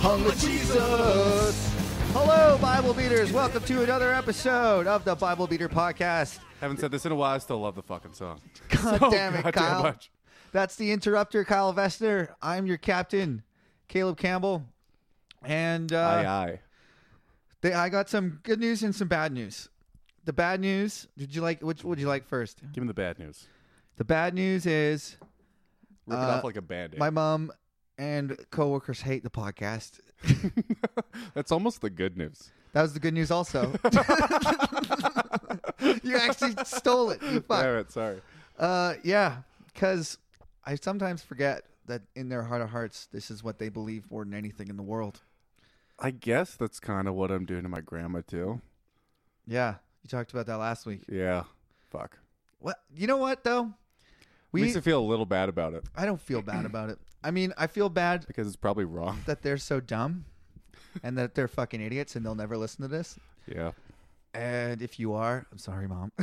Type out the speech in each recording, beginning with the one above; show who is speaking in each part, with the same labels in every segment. Speaker 1: Come with Jesus.
Speaker 2: Hello, Bible beaters. Welcome to another episode of the Bible Beater Podcast.
Speaker 1: Haven't said this in a while. I still love the fucking song.
Speaker 2: God
Speaker 1: So
Speaker 2: damn it,
Speaker 1: Oh, goddamn
Speaker 2: Kyle.
Speaker 1: much.
Speaker 2: That's the interrupter, Kyle Vestner. I'm your captain, Caleb Campbell. And uh,
Speaker 1: aye, aye.
Speaker 2: They, I got some good news and some bad news. The bad news, did you like which would you like first?
Speaker 1: Give me the bad news.
Speaker 2: The bad news is
Speaker 1: Rip it
Speaker 2: Uh,
Speaker 1: off like a band-aid.
Speaker 2: my mom and coworkers hate the podcast.
Speaker 1: That's almost the good news.
Speaker 2: That was the good news also. you actually stole it. You fuck.
Speaker 1: Damn it, sorry.
Speaker 2: Uh yeah, cuz I sometimes forget that in their heart of hearts this is what they believe more than anything in the world.
Speaker 1: I guess that's kind of what I'm doing to my grandma too.
Speaker 2: Yeah, you talked about that last week.
Speaker 1: Yeah. Fuck.
Speaker 2: What you know what though? We
Speaker 1: Makes me feel a little bad about it
Speaker 2: I don't feel bad about it. I mean, I feel bad
Speaker 1: because it's probably wrong.
Speaker 2: that they're so dumb and that they're fucking idiots and they'll never listen to this.
Speaker 1: Yeah.
Speaker 2: And if you are, I'm sorry, mom.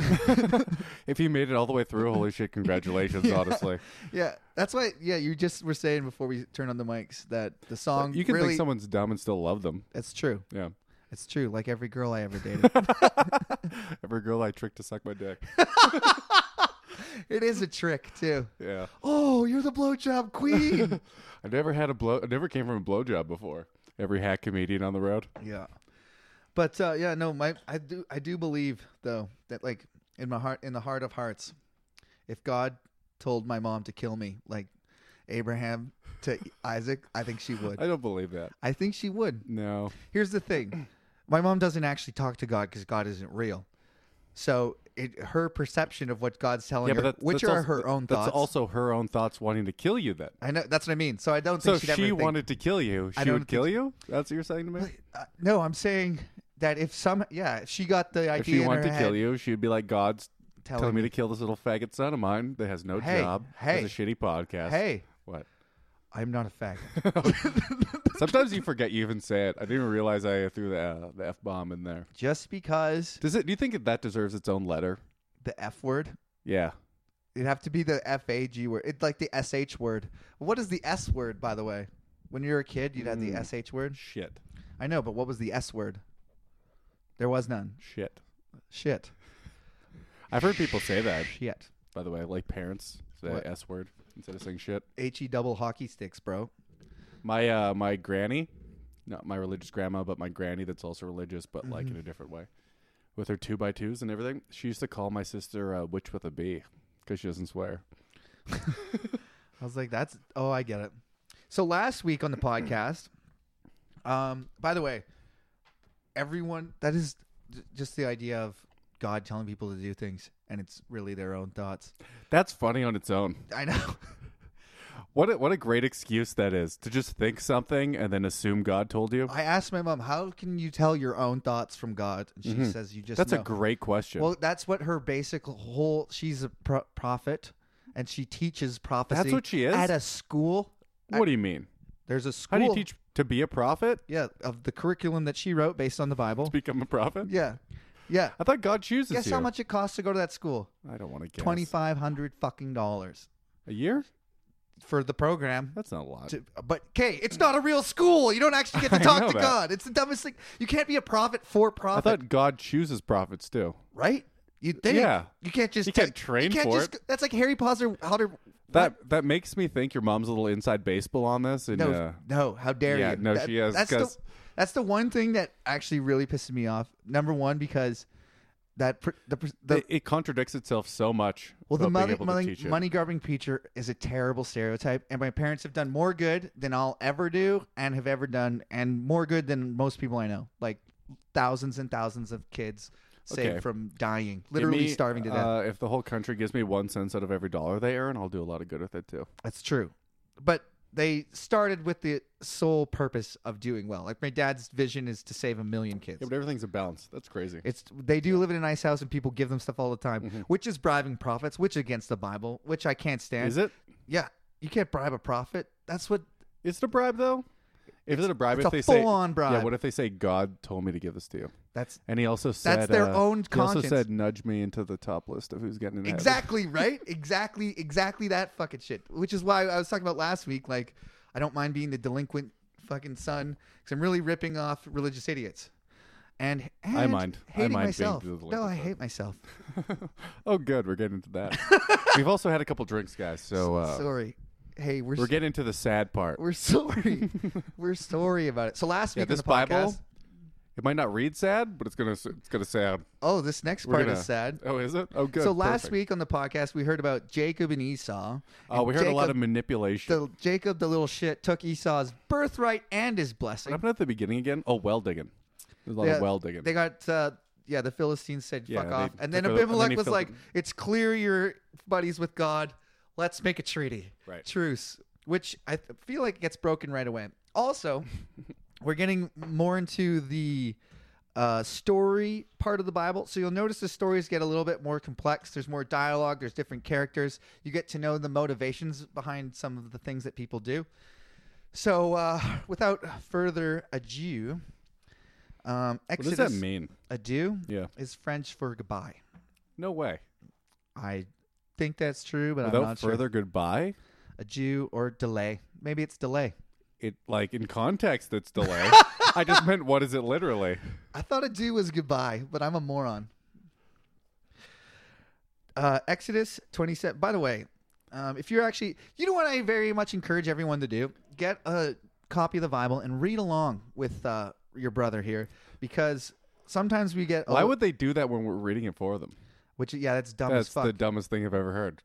Speaker 1: If you made it all the way through, holy shit, congratulations, honestly.
Speaker 2: yeah, that's why. Yeah, you just were saying before we turned on the mics that the song
Speaker 1: You can
Speaker 2: really.
Speaker 1: think someone's dumb and still love them.
Speaker 2: it's true.
Speaker 1: Yeah.
Speaker 2: It's true. Like every girl I ever dated,
Speaker 1: Every girl I tricked to suck my dick.
Speaker 2: it is a trick too.
Speaker 1: Yeah.
Speaker 2: Oh, you're the blowjob queen.
Speaker 1: I never had a blow I never came from a blowjob before. Every hack comedian on the road.
Speaker 2: yeah, but uh, yeah, no, my I do I do believe though that like in my heart in the heart of hearts, if God told my mom to kill me like Abraham to Isaac, I think she would.
Speaker 1: I don't believe that.
Speaker 2: I think she would.
Speaker 1: No.
Speaker 2: Here's the thing. My mom doesn't actually talk to God because God isn't real. So it, her perception of what God's telling her,
Speaker 1: that-
Speaker 2: which are
Speaker 1: that's also-
Speaker 2: her own
Speaker 1: that's
Speaker 2: thoughts.
Speaker 1: also her own thoughts wanting to kill you then.
Speaker 2: I know that's what I mean. So I don't
Speaker 1: So
Speaker 2: think
Speaker 1: if
Speaker 2: she'd ever
Speaker 1: she
Speaker 2: think-
Speaker 1: wanted to kill you,
Speaker 2: I
Speaker 1: she
Speaker 2: don't
Speaker 1: would
Speaker 2: think
Speaker 1: kill
Speaker 2: so.
Speaker 1: you? That's what you're saying to me?
Speaker 2: Uh, no, I'm saying that if some, yeah, if she got the idea
Speaker 1: If she
Speaker 2: in
Speaker 1: wanted
Speaker 2: her
Speaker 1: to kill
Speaker 2: head
Speaker 1: you, she'd be like, God's
Speaker 2: telling
Speaker 1: telling, me to kill this little faggot son of mine that has no
Speaker 2: Hey,
Speaker 1: job,
Speaker 2: hey,
Speaker 1: has a shitty podcast.
Speaker 2: "Hey,
Speaker 1: What?
Speaker 2: I'm not a fag."
Speaker 1: Sometimes you forget you even say it. I didn't even realize I threw the, uh, the F bomb in there.
Speaker 2: Just because
Speaker 1: Does it? Do you think that, that deserves its own letter?
Speaker 2: the f word,
Speaker 1: Yeah.
Speaker 2: it'd have to be the f a g word. It's like the sh word. What is the s word, by the way? When you were a kid, you'd
Speaker 1: Hmm.
Speaker 2: have the sh word.
Speaker 1: Shit.
Speaker 2: I know, but what was the S word? There was none.
Speaker 1: Shit.
Speaker 2: Shit.
Speaker 1: I've heard people say that,
Speaker 2: Shit.
Speaker 1: by the way, like parents say
Speaker 2: What?
Speaker 1: S word instead of saying shit.
Speaker 2: H E double hockey sticks, bro.
Speaker 1: My uh, my granny, not my religious grandma, but my granny that's also religious, but like
Speaker 2: Mm-hmm.
Speaker 1: in a different way, with her two by twos and everything. She used to call my sister uh, witch with a B because she doesn't swear.
Speaker 2: I was like, that's oh, I get it. So last week on the podcast, um, by the way, everyone that is j- just the idea of God telling people to do things and it's really their own thoughts.
Speaker 1: That's funny on its own.
Speaker 2: I know.
Speaker 1: What a, what a great excuse that is to just think something and then assume God told you.
Speaker 2: I asked my mom, "How can you tell your own thoughts from God?" And she says, "You just
Speaker 1: Mm-hmm. That's
Speaker 2: know."
Speaker 1: a great question.
Speaker 2: Well, that's what her basic whole. She's a pro- prophet, and she teaches prophecy.
Speaker 1: what she is?
Speaker 2: at a school.
Speaker 1: what do you mean?
Speaker 2: There's a school.
Speaker 1: How do you teach to be a prophet?
Speaker 2: Yeah, of the curriculum that she wrote based on the Bible.
Speaker 1: Become a prophet?
Speaker 2: Yeah, yeah.
Speaker 1: I thought God chooses
Speaker 2: Guess
Speaker 1: you.
Speaker 2: how much it costs to go to that school?
Speaker 1: I don't want to guess.
Speaker 2: Twenty five hundred fucking dollars
Speaker 1: a year?
Speaker 2: for the program.
Speaker 1: That's not a lot.
Speaker 2: To- but okay, it's not a real school. You don't actually get to talk
Speaker 1: Mm.
Speaker 2: to
Speaker 1: know that.
Speaker 2: God. It's the dumbest thing. You can't be a prophet for
Speaker 1: I
Speaker 2: profit,
Speaker 1: thought God chooses prophets too.
Speaker 2: right? You think?
Speaker 1: Yeah.
Speaker 2: You can't just
Speaker 1: You can't
Speaker 2: take-
Speaker 1: train
Speaker 2: you can't
Speaker 1: for
Speaker 2: just,
Speaker 1: it.
Speaker 2: That's like Harry Potter. How to
Speaker 1: That that makes me think your mom's a little inside baseball on this. And
Speaker 2: No,
Speaker 1: uh,
Speaker 2: no, how dare
Speaker 1: Yeah,
Speaker 2: you?
Speaker 1: no, she is,
Speaker 2: That's the,
Speaker 1: 'cause-
Speaker 2: that's the one thing that actually really pisses me off. Number one, because that pr- the pr- the
Speaker 1: it, it contradicts itself so much.
Speaker 2: well the
Speaker 1: about being
Speaker 2: money
Speaker 1: able to
Speaker 2: money,
Speaker 1: teach it.
Speaker 2: money grubbing teacher is a terrible stereotype, and my parents have done more good than I'll ever do, and have ever done, and more good than most people I know. Like thousands and thousands of kids saved
Speaker 1: Okay.
Speaker 2: from dying,
Speaker 1: Give
Speaker 2: literally
Speaker 1: me,
Speaker 2: starving to death.
Speaker 1: Uh, if the whole country gives me one cent out of every dollar they earn, I'll do a lot of good with it too.
Speaker 2: That's true. But they started with the sole purpose of doing well. Like my dad's vision is to save a million kids.
Speaker 1: Yeah, but everything's a balance. That's crazy.
Speaker 2: It's they do live in a nice house and people give them stuff all the time,
Speaker 1: Mm-hmm.
Speaker 2: which is bribing prophets, which against the Bible, which I can't stand.
Speaker 1: Is it?
Speaker 2: Yeah, you can't bribe a prophet. That's what.
Speaker 1: Is it a bribe though? If it's, it a bribe,
Speaker 2: it's
Speaker 1: if
Speaker 2: a
Speaker 1: they say
Speaker 2: full-on bribe.
Speaker 1: Yeah. What if they say God told me to give this to you?
Speaker 2: That's
Speaker 1: And he also said
Speaker 2: their
Speaker 1: uh,
Speaker 2: own
Speaker 1: He also
Speaker 2: conscience.
Speaker 1: said nudge me into the top list of who's getting in. heaven."
Speaker 2: exactly right. exactly, exactly that fucking shit. Which is why I was talking about last week. Like, I don't mind being the delinquent fucking son because I'm really ripping off religious idiots. And, and
Speaker 1: I mind. I
Speaker 2: hating
Speaker 1: mind being
Speaker 2: myself.
Speaker 1: the
Speaker 2: no, I
Speaker 1: religious
Speaker 2: hate myself.
Speaker 1: oh, good. We're getting to that. We've also had a couple drinks, guys. So uh,
Speaker 2: sorry. Hey, we're
Speaker 1: we're getting to the sad part.
Speaker 2: we're sorry. we're sorry about it. So last
Speaker 1: Yeah,
Speaker 2: week on
Speaker 1: this
Speaker 2: the podcast,
Speaker 1: Bible, it might not read sad, but it's gonna s- it's gonna sound.
Speaker 2: oh, this next
Speaker 1: We're
Speaker 2: part
Speaker 1: gonna,
Speaker 2: is sad.
Speaker 1: Oh, is it? Oh, good.
Speaker 2: So last
Speaker 1: perfect.
Speaker 2: week on the podcast, we heard about Jacob and Esau.
Speaker 1: oh,
Speaker 2: And
Speaker 1: we heard a lot of
Speaker 2: Jacob
Speaker 1: manipulation.
Speaker 2: the Jacob the little shit took Esau's birthright and his
Speaker 1: What
Speaker 2: blessing.
Speaker 1: happened at the beginning again? Oh, well digging. There's a lot
Speaker 2: Yeah,
Speaker 1: of well digging.
Speaker 2: They got uh, yeah. The Philistines said
Speaker 1: Yeah,
Speaker 2: fuck
Speaker 1: they
Speaker 2: off, and then
Speaker 1: took a- and then
Speaker 2: Abimelech
Speaker 1: he
Speaker 2: was
Speaker 1: filled
Speaker 2: like,
Speaker 1: them.
Speaker 2: "It's clear you're buddies with God. Let's make a treaty,
Speaker 1: Right.
Speaker 2: truce." Which I th- feel like gets broken right away. Also, we're getting more into the uh, story part of the Bible, so you'll notice the stories get a little bit more complex. There's more dialogue. There's different characters. You get to know the motivations behind some of the things that people do. So, uh, without further ado, um,
Speaker 1: what does
Speaker 2: Exodus.
Speaker 1: that mean?
Speaker 2: Adieu
Speaker 1: Yeah.
Speaker 2: is French for goodbye.
Speaker 1: No way.
Speaker 2: I think that's true, but I'm
Speaker 1: Without
Speaker 2: not
Speaker 1: further
Speaker 2: sure.
Speaker 1: goodbye,
Speaker 2: Adieu or delay. Maybe it's delay.
Speaker 1: it like in context it's delay. I just meant what is it literally?
Speaker 2: I thought adieu was goodbye, but I'm a moron. Uh, Exodus 27. By the way, um, if you're actually, you know what I very much encourage everyone to do? Get a copy of the Bible and read along with uh, your brother here because sometimes we get.
Speaker 1: Why would they do that when we're reading it for them?
Speaker 2: Which, yeah, that's dumb as
Speaker 1: That's
Speaker 2: fuck.
Speaker 1: the dumbest thing I've ever heard.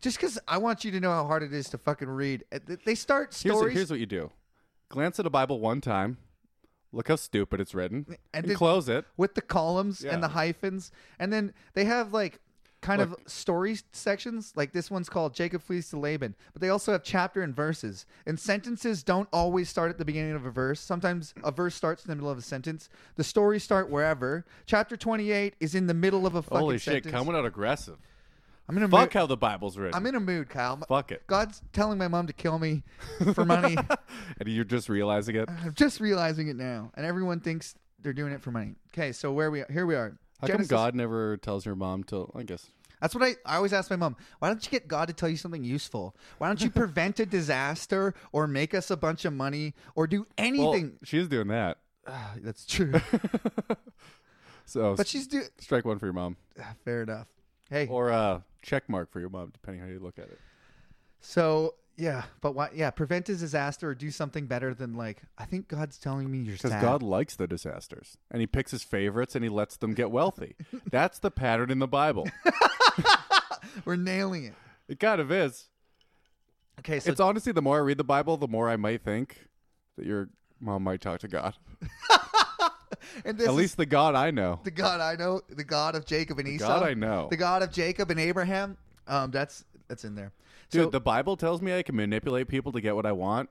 Speaker 2: Just because I want you to know how hard it is to fucking read. Uh, th- They start
Speaker 1: Here's,
Speaker 2: stories.
Speaker 1: here's what you do: glance at a Bible one time, look how stupid it's written, and,
Speaker 2: did-
Speaker 1: close it.
Speaker 2: with the columns
Speaker 1: Yeah.
Speaker 2: and the hyphens. And then they have like kind of story sections. Like this one's called Jacob Flees to Laban, but they also have chapter and verses. And sentences don't always start at the beginning of a verse. Sometimes a verse starts in the middle of a sentence. The stories start wherever. Chapter 28 is in the middle of a fucking
Speaker 1: Holy shit,
Speaker 2: sentence.
Speaker 1: coming out aggressive.
Speaker 2: I'm in a
Speaker 1: Fuck
Speaker 2: mood.
Speaker 1: how the Bible's written.
Speaker 2: I'm in a mood, Kyle.
Speaker 1: Fuck it.
Speaker 2: God's telling my mom to kill me for money.
Speaker 1: and you're just realizing it.
Speaker 2: I'm just realizing it now, and everyone thinks they're doing it for money. Okay, so where we here we are.
Speaker 1: How
Speaker 2: Genesis-
Speaker 1: come God never tells your mom till I guess
Speaker 2: That's what I, I always ask my mom. Why don't you get God to tell you something useful? Why don't you prevent a disaster or make us a bunch of money or do
Speaker 1: well,
Speaker 2: anything?
Speaker 1: she's doing that.
Speaker 2: Ah, that's true.
Speaker 1: So
Speaker 2: but she's do
Speaker 1: strike one for your mom,
Speaker 2: ah, fair enough. Hey,
Speaker 1: or uh, check mark for your mom, depending how you look at it.
Speaker 2: so yeah, but why? Yeah, prevent a disaster or do something better than like I think God's telling me you're
Speaker 1: Because
Speaker 2: sad.
Speaker 1: God likes the disasters, and He picks His favorites, and He lets them get wealthy. That's the pattern in the Bible.
Speaker 2: We're nailing it.
Speaker 1: It kind of is.
Speaker 2: Okay, so
Speaker 1: it's honestly the more I read the Bible, the more I might think that your mom might talk to God.
Speaker 2: and this
Speaker 1: At
Speaker 2: is
Speaker 1: least the God I know.
Speaker 2: the God I know, the God of Jacob and Esau,
Speaker 1: God I know.
Speaker 2: the God of Jacob and Abraham. Um, that's that's in there.
Speaker 1: Dude,
Speaker 2: so,
Speaker 1: the Bible tells me I can manipulate people to get what I want.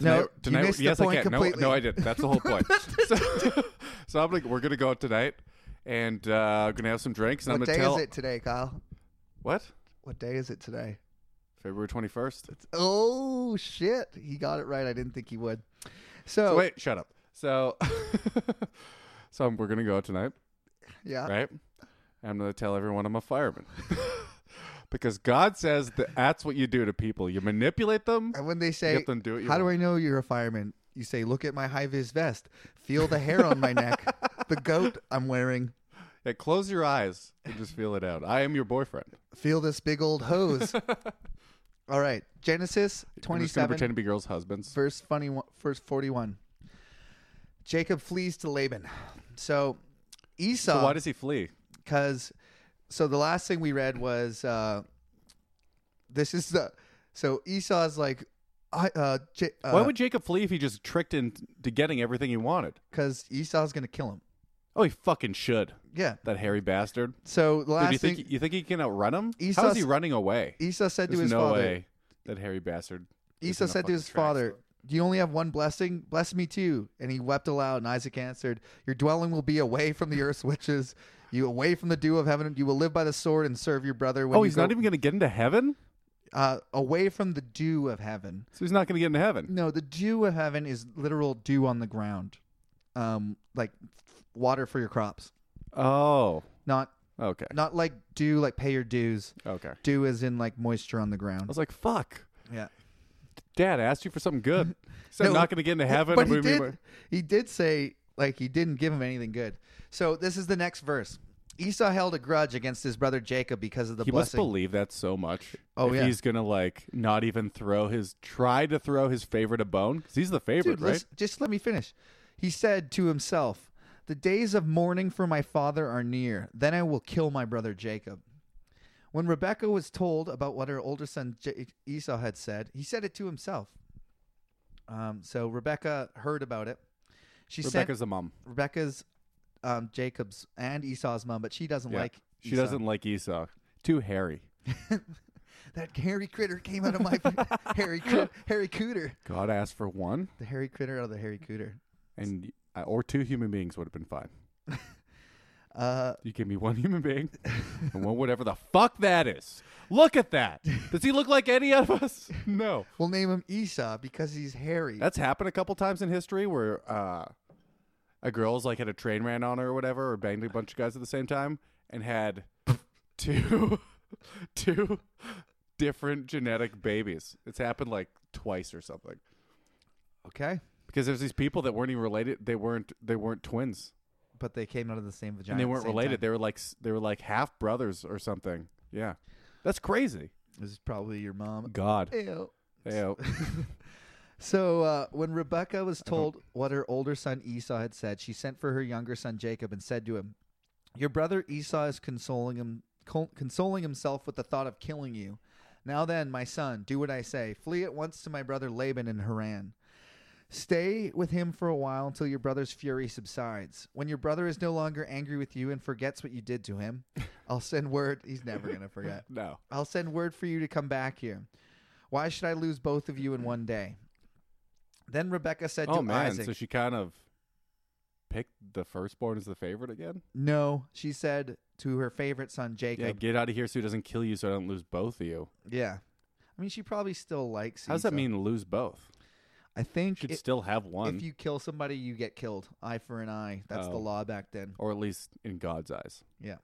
Speaker 2: No,
Speaker 1: Tonight-
Speaker 2: you
Speaker 1: tonight,
Speaker 2: missed the
Speaker 1: yes,
Speaker 2: point
Speaker 1: I can.
Speaker 2: completely.
Speaker 1: No, no, I did. That's the whole point. so, so I'm like, we're gonna go out tonight, and uh, we're gonna have some drinks, and
Speaker 2: what
Speaker 1: I'm gonna
Speaker 2: day
Speaker 1: tell
Speaker 2: is it today, Kyle?
Speaker 1: what
Speaker 2: What day is it today?
Speaker 1: February 21st.
Speaker 2: Oh shit, he got it right. I didn't think he would. So,
Speaker 1: So Oh, wait, shut up. So, so we're gonna go out tonight,
Speaker 2: yeah,
Speaker 1: right? I'm gonna tell everyone I'm a fireman. Because God says that that's what you do to people. You manipulate them.
Speaker 2: and when they say,
Speaker 1: Get them do it you
Speaker 2: "How do
Speaker 1: want."
Speaker 2: I know you're a fireman?" You say, "Look at my high vis vest. Feel the hair on my neck. The goat I'm wearing.
Speaker 1: Yeah, close your eyes and just feel it out. I am your boyfriend.
Speaker 2: Feel this big old hose." All right, Genesis
Speaker 1: I'm just gonna
Speaker 2: 27,
Speaker 1: pretend to be girls' husbands.
Speaker 2: verse 21, verse 41. Jacob flees to Laban. So Esau.
Speaker 1: So why does he flee?
Speaker 2: because so the last thing we read was uh this is the so esau's like i uh J-
Speaker 1: Why
Speaker 2: uh
Speaker 1: would Jacob flee if he just tricked into getting everything he wanted?
Speaker 2: because esau's gonna kill him
Speaker 1: Oh, he fucking should.
Speaker 2: yeah
Speaker 1: That hairy bastard.
Speaker 2: so the
Speaker 1: Dude,
Speaker 2: last
Speaker 1: you
Speaker 2: thing
Speaker 1: think you think he can outrun him? How
Speaker 2: Esau's-
Speaker 1: is he running away?
Speaker 2: esau said to
Speaker 1: There's
Speaker 2: his
Speaker 1: no
Speaker 2: father
Speaker 1: way that hairy bastard. is
Speaker 2: esau
Speaker 1: in the
Speaker 2: said to his
Speaker 1: fucking tracks.
Speaker 2: father you only have one blessing bless me too and he wept aloud and isaac answered your dwelling will be away from the earth's witches you away from the dew of heaven you will live by the sword and serve your brother when
Speaker 1: Oh,
Speaker 2: you
Speaker 1: he's
Speaker 2: go-
Speaker 1: not even going to get into heaven.
Speaker 2: uh, away from the dew of heaven
Speaker 1: So he's not going to get into heaven.
Speaker 2: No, the dew of heaven is literal dew on the ground, um, like f- water for your crops.
Speaker 1: Oh,
Speaker 2: Not
Speaker 1: okay,
Speaker 2: not like dew, like pay your dues.
Speaker 1: okay. I
Speaker 2: Dew is in like moisture on the ground.
Speaker 1: was like, fuck.
Speaker 2: Yeah,
Speaker 1: Dad asked you for something good. He said,
Speaker 2: No,
Speaker 1: not going to get into heaven.
Speaker 2: but
Speaker 1: a
Speaker 2: he
Speaker 1: movie
Speaker 2: did,
Speaker 1: where-
Speaker 2: he did say like he didn't give him anything good. So this is the next verse. Esau held a grudge against his brother Jacob because of the
Speaker 1: He must
Speaker 2: blessing.
Speaker 1: believe that so much.
Speaker 2: Oh,
Speaker 1: If
Speaker 2: yeah.
Speaker 1: he's gonna like not even throw his try to throw his favorite a bone because he's the favorite,
Speaker 2: Dude,
Speaker 1: right?
Speaker 2: listen- just let me finish. He said to himself, "The days of mourning for my father are near. Then I will kill my brother Jacob." When Rebekah was told about what her older son J- Esau had said, he said it to himself. Um, so Rebekah heard about it. She sent
Speaker 1: Rebecca's the mom.
Speaker 2: Rebecca's, um, Jacob's, and Esau's mom, but she doesn't
Speaker 1: Yeah.
Speaker 2: like.
Speaker 1: She
Speaker 2: Esau.
Speaker 1: doesn't like Esau. Too hairy.
Speaker 2: That hairy critter came out of my hairy cri- hairy cooter.
Speaker 1: God asked for one,
Speaker 2: The hairy critter out of the hairy cooter.
Speaker 1: and uh, or two human beings would have been fine.
Speaker 2: Uh,
Speaker 1: You give me one human being and one whatever the fuck that is. Look at that. Does he look like any of us? No.
Speaker 2: we'll name him Esau because he's hairy.
Speaker 1: That's happened a couple times in history where uh, a girl's like had a train ran on her or whatever, or banged a bunch of guys at the same time, and had two two different genetic babies. It's happened like twice or something.
Speaker 2: okay,
Speaker 1: Because there's these people that weren't even related. They weren't they weren't twins,
Speaker 2: but they came out of the same vagina.
Speaker 1: and they
Speaker 2: at the
Speaker 1: weren't
Speaker 2: same
Speaker 1: related.
Speaker 2: time.
Speaker 1: They were like s- they were like half brothers or something. Yeah, that's crazy. oh,
Speaker 2: This is probably your mom.
Speaker 1: God.
Speaker 2: Ew.
Speaker 1: Ew.
Speaker 2: So uh, when Rebecca was told what her older son Esau had said, she sent for her younger son Jacob and said to him, "Your brother Esau is consoling him, col- consoling himself with the thought of killing you. Now then, my son, do what I say. Flee at once to my brother Laban in Haran. Stay with him for a while until your brother's fury subsides. When your brother is no longer angry with you and forgets what you did to him, I'll send word. He's never gonna forget.
Speaker 1: no.
Speaker 2: I'll send word for you to come back here. Why should I lose both of you in one day? Then Rebecca said
Speaker 1: Oh
Speaker 2: to
Speaker 1: man.
Speaker 2: Isaac,
Speaker 1: So she kind of picked the firstborn as the favorite again.
Speaker 2: No, she said to her favorite son,
Speaker 1: Yeah,
Speaker 2: Jacob.
Speaker 1: get out of here so he doesn't kill you so I don't lose both of you.
Speaker 2: Yeah. I mean, she probably still likes
Speaker 1: How does that
Speaker 2: Esau.
Speaker 1: mean lose both?
Speaker 2: I
Speaker 1: You
Speaker 2: think
Speaker 1: should
Speaker 2: it-
Speaker 1: still have one.
Speaker 2: if you kill somebody, you get killed. Eye for an eye. That's the
Speaker 1: Oh.
Speaker 2: law back then.
Speaker 1: or at least in God's eyes.
Speaker 2: Yeah.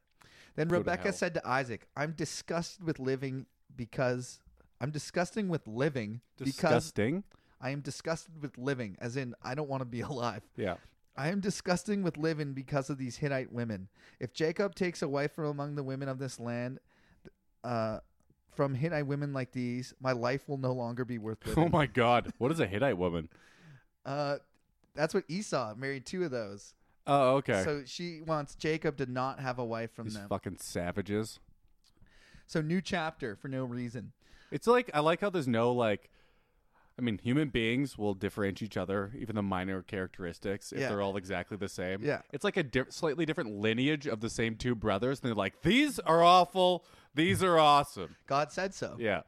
Speaker 2: Then
Speaker 1: Go to
Speaker 2: Rebecca
Speaker 1: hell.
Speaker 2: said to Isaac, I'm disgusted with living because. I'm disgusting with living because
Speaker 1: Disgusting.
Speaker 2: I am disgusted with living, as in, I don't want to be alive.
Speaker 1: Yeah.
Speaker 2: I am disgusting with living because of these Hittite women. If Jacob takes a wife from among the women of this land, uh, from Hittite women like these, my life will no longer be worth
Speaker 1: Oh
Speaker 2: living.
Speaker 1: my God. What is a Hittite woman?
Speaker 2: uh, that's what Esau married two of those.
Speaker 1: Oh, okay.
Speaker 2: So she wants Jacob to not have a wife from
Speaker 1: These
Speaker 2: them.
Speaker 1: fucking savages.
Speaker 2: so new chapter for no reason.
Speaker 1: It's like I like how there's no like. I mean, human beings will differentiate each other, even the minor characteristics, if
Speaker 2: Yeah.
Speaker 1: they're all exactly the same.
Speaker 2: Yeah.
Speaker 1: it's like a di- slightly different lineage of the same two brothers, and they're like, "These are awful. These are awesome."
Speaker 2: God said so.
Speaker 1: Yeah,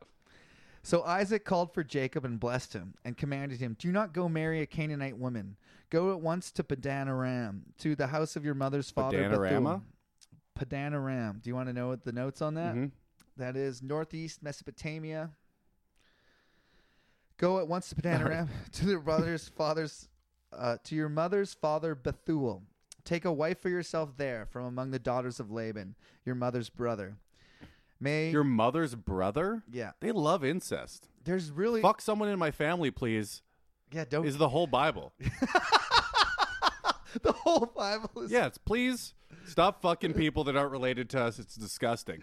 Speaker 2: So Isaac called for Jacob and blessed him and commanded him, Do not go marry a Canaanite woman. Go at once to Padanaram, to the house of your mother's father.
Speaker 1: Padanaram?
Speaker 2: Bethuel." Padanaram. Do you want to know what the notes on that?
Speaker 1: Mhm.
Speaker 2: That is northeast Mesopotamia. Go at once to Padanaram, to your brother's father's, uh, to your mother's father Bethuel. Take a wife for yourself there from among the daughters of Laban, your mother's brother. May
Speaker 1: your mother's brother.
Speaker 2: yeah.
Speaker 1: They love incest.
Speaker 2: There's really
Speaker 1: Fuck someone in my family, please.
Speaker 2: yeah. Don't
Speaker 1: Is the whole Bible?
Speaker 2: The whole Bible is.
Speaker 1: Yeah, it's please stop fucking people that aren't related to us. It's disgusting.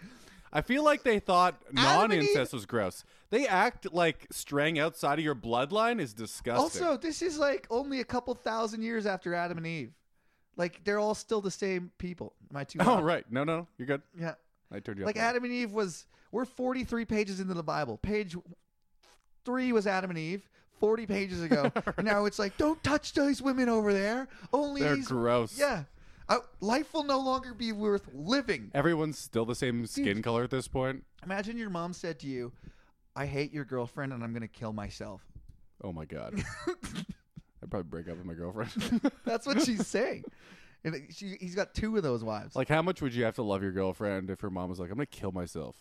Speaker 1: I feel like they thought
Speaker 2: Adam and
Speaker 1: non incest was gross. They act like straying outside of your bloodline is disgusting.
Speaker 2: Also, this is like only a couple thousand years after Adam and Eve. Like they're all still the same people. My two.
Speaker 1: oh, right. No, no, you're good.
Speaker 2: Yeah.
Speaker 1: I turned you
Speaker 2: Like
Speaker 1: off.
Speaker 2: Adam and Eve was. We're forty-three pages into the Bible. Page three was Adam and Eve. Forty pages ago. Now it's like, don't touch those women over there. Only
Speaker 1: They're
Speaker 2: these-
Speaker 1: gross.
Speaker 2: Yeah. I, life will no longer be worth living.
Speaker 1: Everyone's still the same skin color at this point.
Speaker 2: Imagine your mom said to you, "I hate your girlfriend and I'm going to kill myself."
Speaker 1: Oh my god. I'd probably break up with my girlfriend.
Speaker 2: That's what she's saying. And it- she, he's got two of those wives.
Speaker 1: like, how much would you have to love your girlfriend if her mom was like, "I'm gonna kill myself"?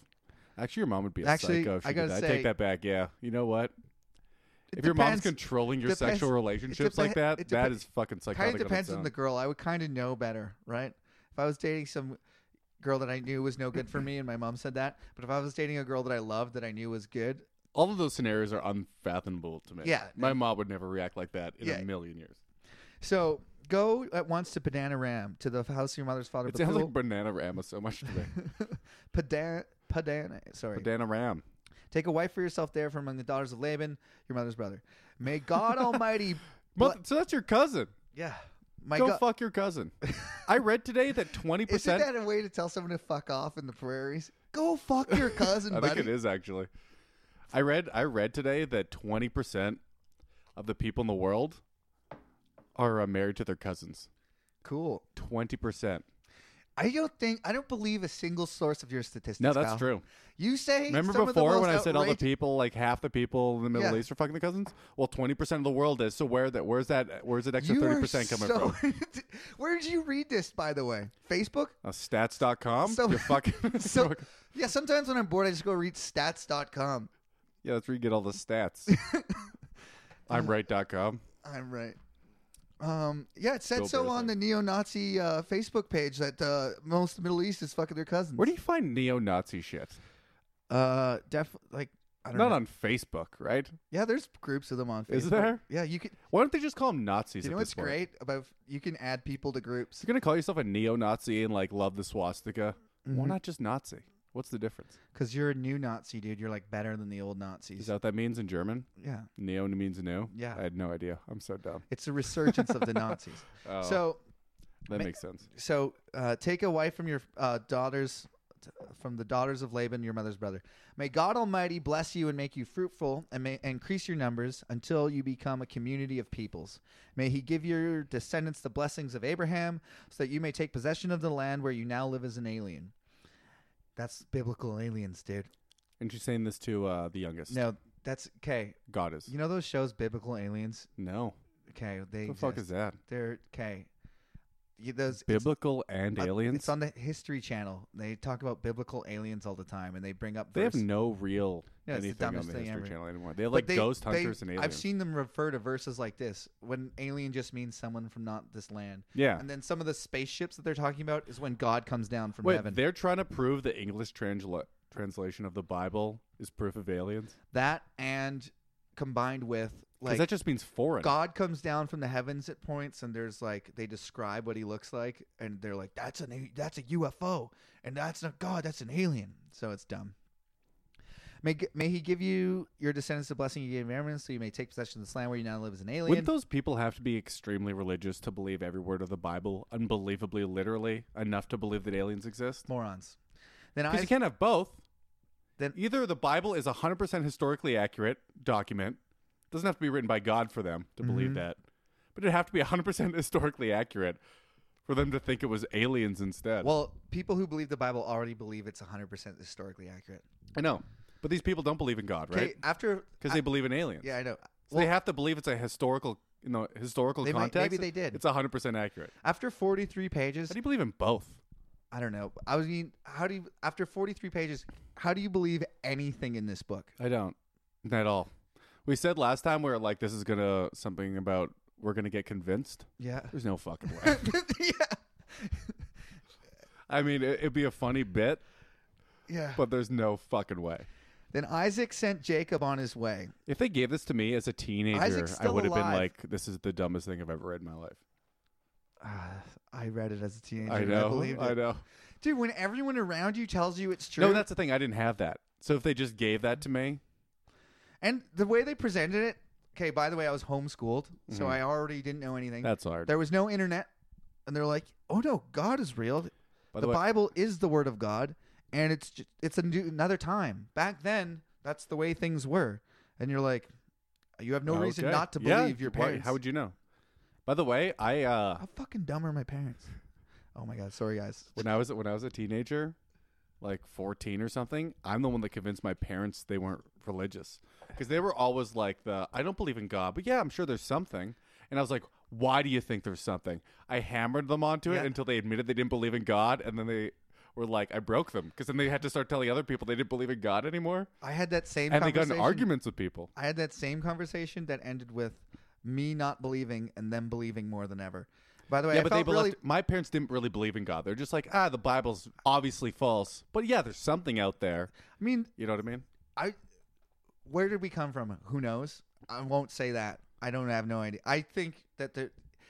Speaker 1: Actually, your mom would be a
Speaker 2: Actually,
Speaker 1: psycho. If she
Speaker 2: I
Speaker 1: did
Speaker 2: gotta
Speaker 1: that.
Speaker 2: say-
Speaker 1: take that back. Yeah, you know what?
Speaker 2: It
Speaker 1: If your mom's
Speaker 2: depends.
Speaker 1: controlling your
Speaker 2: depends-
Speaker 1: sexual
Speaker 2: it
Speaker 1: relationships like
Speaker 2: depen-
Speaker 1: that,
Speaker 2: it
Speaker 1: that
Speaker 2: depen-
Speaker 1: is fucking psychotic.
Speaker 2: kind of
Speaker 1: on its
Speaker 2: depends on
Speaker 1: own.
Speaker 2: the girl. I would kind of know better, right? If I was dating some girl that I knew was no good for me, and my mom said that, but if I was dating a girl that I loved that I knew was good,
Speaker 1: all of those scenarios are unfathomable to me.
Speaker 2: Yeah.
Speaker 1: my mom would never react like that in
Speaker 2: Yeah.
Speaker 1: a million years.
Speaker 2: So go at once to Banana Ram to the house of your mother's father.
Speaker 1: It
Speaker 2: Bethul-
Speaker 1: sounds like banana rama so much to me.
Speaker 2: Padan Padan sorry.
Speaker 1: banana ram.
Speaker 2: Take a wife for yourself there from among the daughters of Laban, your mother's brother. May God Almighty
Speaker 1: But so that's your cousin.
Speaker 2: Yeah. My
Speaker 1: Go
Speaker 2: God
Speaker 1: fuck your cousin. I read today that twenty
Speaker 2: Isn't
Speaker 1: percent.
Speaker 2: that a way to tell someone to fuck off in the prairies? Go fuck your cousin,
Speaker 1: I
Speaker 2: buddy.
Speaker 1: think it is actually. I read I read today that twenty percent of the people in the world are uh, married to their cousins.
Speaker 2: Cool.
Speaker 1: Twenty percent.
Speaker 2: I don't think I don't believe a single source of your statistics.
Speaker 1: No, that's
Speaker 2: pal.
Speaker 1: true.
Speaker 2: You say
Speaker 1: Remember
Speaker 2: some of the
Speaker 1: before
Speaker 2: most
Speaker 1: when I said all the
Speaker 2: outrageous-
Speaker 1: people, like half the people in the Middle
Speaker 2: Yeah.
Speaker 1: East are fucking the cousins? Well, twenty percent of the world is. So where that? Where's that? Where's that extra
Speaker 2: You are
Speaker 1: thirty percent coming
Speaker 2: so-
Speaker 1: from?
Speaker 2: Where did you read this, by the way? Facebook.
Speaker 1: Uh, stats.com.
Speaker 2: So-
Speaker 1: You're fucking.
Speaker 2: So yeah, sometimes when I'm bored, I just go read stats.com.
Speaker 1: yeah, that's where you get all the stats. I'm right.com.
Speaker 2: I'm right. Um, yeah, it said
Speaker 1: Bill
Speaker 2: so
Speaker 1: Burr
Speaker 2: on
Speaker 1: thing.
Speaker 2: the neo-Nazi uh, Facebook page that uh, most Middle East is fucking their cousins.
Speaker 1: Where do you find neo-Nazi shit?
Speaker 2: uh, def like I don't
Speaker 1: Not
Speaker 2: know.
Speaker 1: on Facebook, right?
Speaker 2: yeah, there's groups of them on. Facebook.
Speaker 1: Is there?
Speaker 2: Yeah, you can.
Speaker 1: Why don't they just call them Nazis?
Speaker 2: You know
Speaker 1: at
Speaker 2: what's
Speaker 1: this point?
Speaker 2: great about you can add people to groups.
Speaker 1: If you're gonna call yourself a neo-Nazi and like love the swastika, why
Speaker 2: Mm-hmm.
Speaker 1: not just Nazi? What's the difference?
Speaker 2: Because you're a new Nazi, dude. You're like better than the old Nazis.
Speaker 1: Is that what that means in German?
Speaker 2: yeah.
Speaker 1: Neo means new.
Speaker 2: Yeah.
Speaker 1: I had no idea. I'm so dumb.
Speaker 2: It's a resurgence of the Nazis.
Speaker 1: Oh,
Speaker 2: So,
Speaker 1: that
Speaker 2: ma-
Speaker 1: makes sense.
Speaker 2: so uh, take a wife from your uh, daughters, from the daughters of Laban, your mother's brother. May God Almighty bless you and make you fruitful, and may and increase your numbers until you become a community of peoples. May He give your descendants the blessings of Abraham, so that you may take possession of the land where you now live as an alien. That's biblical aliens, dude.
Speaker 1: And she's saying this to uh, the youngest.
Speaker 2: No, that's okay.
Speaker 1: God is.
Speaker 2: You know those shows, Biblical Aliens.
Speaker 1: No.
Speaker 2: Okay, they
Speaker 1: What the fuck
Speaker 2: exist.
Speaker 1: is that?
Speaker 2: They're okay. You, those it's-
Speaker 1: Biblical and
Speaker 2: uh,
Speaker 1: aliens.
Speaker 2: It's on the History Channel. They talk about biblical aliens all the time, and they bring up.
Speaker 1: they have
Speaker 2: verse-
Speaker 1: no real
Speaker 2: Yeah, it's the
Speaker 1: anything on
Speaker 2: dumbest
Speaker 1: the
Speaker 2: thing
Speaker 1: History
Speaker 2: ever.
Speaker 1: Channel anymore. They have
Speaker 2: but
Speaker 1: like
Speaker 2: they-
Speaker 1: ghost
Speaker 2: they-
Speaker 1: hunters and aliens.
Speaker 2: I've seen them refer to verses like this when alien just means someone from not this land.
Speaker 1: yeah.
Speaker 2: And then some of the spaceships that they're talking about is when God comes down from
Speaker 1: Wait,
Speaker 2: heaven.
Speaker 1: they're trying to prove the English transla- translation of the Bible is proof of aliens.
Speaker 2: That and combined with
Speaker 1: Because
Speaker 2: like
Speaker 1: that just means foreign.
Speaker 2: God comes down from the heavens at points, and there's like they describe what he looks like, and they're like, "That's an a- that's a UFO, and that's not God, that's an alien." So it's dumb. May, g- may he give you your descendants the blessing you gave Abraham, so you may take possession of this land where you now live as an alien.
Speaker 1: Wouldn't those people have to be extremely religious to believe every word of the Bible, unbelievably literally, enough to believe that aliens exist?
Speaker 2: Morons. Then
Speaker 1: Because
Speaker 2: I
Speaker 1: you can't have both.
Speaker 2: Then-
Speaker 1: either the Bible is a hundred percent historically accurate document, doesn't have to be written by God for them to believe
Speaker 2: Mm-hmm.
Speaker 1: that, but it'd have to be hundred percent historically accurate for them to think it was aliens instead.
Speaker 2: well, people who believe the Bible already believe it's 100% historically accurate.
Speaker 1: I know, but these people don't believe in God,
Speaker 2: Okay,
Speaker 1: right?
Speaker 2: after
Speaker 1: Because
Speaker 2: I-
Speaker 1: they believe in aliens.
Speaker 2: yeah, I know.
Speaker 1: So they have to believe it's a historical, you know, historical
Speaker 2: They might-
Speaker 1: context.
Speaker 2: maybe they did.
Speaker 1: It's hundred percent accurate.
Speaker 2: After 43 pages,
Speaker 1: How do you believe in both?
Speaker 2: I don't know. I was mean, how do you after 43 pages, how do you believe anything in this book?
Speaker 1: I don't at all. We said last time we were like, this is gonna something about we're gonna get convinced.
Speaker 2: Yeah.
Speaker 1: There's no fucking way.
Speaker 2: yeah.
Speaker 1: I mean, it, it'd be a funny bit,
Speaker 2: Yeah.
Speaker 1: but there's no fucking way.
Speaker 2: then Isaac sent Jacob on his way.
Speaker 1: If they gave this to me as a teenager,
Speaker 2: Isaac's
Speaker 1: I
Speaker 2: still
Speaker 1: would have been
Speaker 2: alive.
Speaker 1: like, "This is the dumbest thing I've ever read in my life."
Speaker 2: Ah, I read it as a teenager.
Speaker 1: I
Speaker 2: and I
Speaker 1: know,
Speaker 2: believed it.
Speaker 1: I, know.
Speaker 2: Dude, when everyone around you tells you it's true.
Speaker 1: No, that's the thing. I didn't have that. So if they just gave that to me,
Speaker 2: and the way they presented it. Okay, by the way, I was homeschooled, so I already didn't know anything.
Speaker 1: Mm-hmm. that's hard.
Speaker 2: there was no internet, and they're like, "Oh no, God is real.
Speaker 1: By
Speaker 2: the
Speaker 1: the way-
Speaker 2: Bible is the word of God, and it's just, it's a new, another time. Back then, that's the way things were, and you're like, you have no reason
Speaker 1: Oh, Okay.
Speaker 2: not to
Speaker 1: Yeah,
Speaker 2: believe your
Speaker 1: why-
Speaker 2: parents.
Speaker 1: How would you know? By the way, I uh,
Speaker 2: How fucking dumb are my parents? Oh my god, sorry guys.
Speaker 1: when I was when I was a teenager, like fourteen or something, I'm the one that convinced my parents they weren't religious because they were always like the I don't believe in God, but yeah, I'm sure there's something. And I was like, why do you think there's something? I hammered them onto
Speaker 2: Yeah.
Speaker 1: it until they admitted they didn't believe in God, and then they were like, I broke them because then they had to start telling other people they didn't believe in God anymore,
Speaker 2: I had that same
Speaker 1: and they got
Speaker 2: conversation.
Speaker 1: in arguments with people.
Speaker 2: I had that same conversation that ended with me not believing and them believing more than ever. By the way,
Speaker 1: Yeah,
Speaker 2: I
Speaker 1: but they
Speaker 2: felt
Speaker 1: believed,
Speaker 2: really
Speaker 1: my parents didn't really believe in God. They're just like, ah, the Bible's obviously false, but yeah, there's something out there.
Speaker 2: I mean,
Speaker 1: You know what I mean?
Speaker 2: I where did we come from? Who knows? I won't say that. I don't have no idea. I think that there,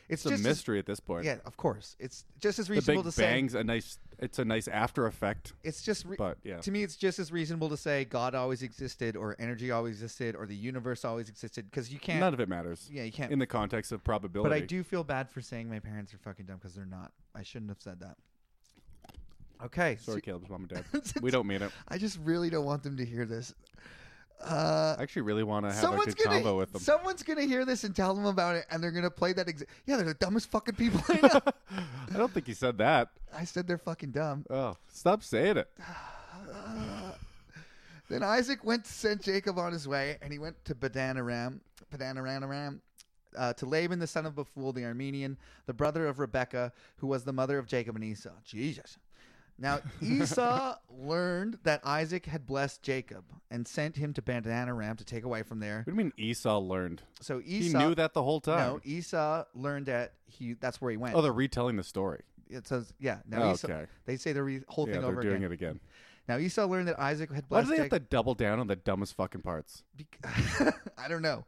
Speaker 2: it's,
Speaker 1: It's a
Speaker 2: just as-
Speaker 1: mystery at this point.
Speaker 2: yeah, of course. It's just as
Speaker 1: the
Speaker 2: reasonable
Speaker 1: Big
Speaker 2: to say.
Speaker 1: Bang's a nice. It's a nice after effect,
Speaker 2: It's just re-
Speaker 1: but yeah.
Speaker 2: to me, it's just as reasonable to say God always existed, or energy always existed, or the universe always existed, because you can't.
Speaker 1: None of it matters
Speaker 2: yeah, you can't.
Speaker 1: in the context of probability.
Speaker 2: But I do feel bad for saying my parents are fucking dumb because they're not. I shouldn't have said that. Okay, so-
Speaker 1: Sorry, Caleb's mom and dad. we don't mean it.
Speaker 2: I just really don't want them to hear this. Uh,
Speaker 1: I actually really want to have a
Speaker 2: someone's
Speaker 1: good
Speaker 2: gonna
Speaker 1: combo with them.
Speaker 2: someone's gonna hear this and tell them about it, and they're gonna play that. Exa- yeah, they're the dumbest fucking people I know.
Speaker 1: I don't think he said that.
Speaker 2: I said they're fucking dumb.
Speaker 1: Oh, stop saying it.
Speaker 2: Then Isaac went to send Jacob on his way, and he went to Padanaram, Padanararam, uh, to Laban, the son of Bethuel the Armenian, the brother of Rebekah, who was the mother of Jacob and Esau. Jesus. Now Esau learned that Isaac had blessed Jacob and sent him to Padanaram to take away from there.
Speaker 1: What do you mean Esau learned?
Speaker 2: So
Speaker 1: He
Speaker 2: Esau
Speaker 1: knew that the whole time.
Speaker 2: No, Esau learned that he that's where he went.
Speaker 1: Oh, they're retelling the story.
Speaker 2: it says yeah. Now
Speaker 1: Oh,
Speaker 2: Esau,
Speaker 1: okay.
Speaker 2: they say the re- whole
Speaker 1: Yeah,
Speaker 2: thing
Speaker 1: they're
Speaker 2: over
Speaker 1: doing
Speaker 2: again.
Speaker 1: it again.
Speaker 2: Now Esau learned that Isaac had
Speaker 1: Why
Speaker 2: blessed
Speaker 1: do they have to
Speaker 2: Jacob.
Speaker 1: double down on the dumbest fucking parts?
Speaker 2: Bec- I don't know.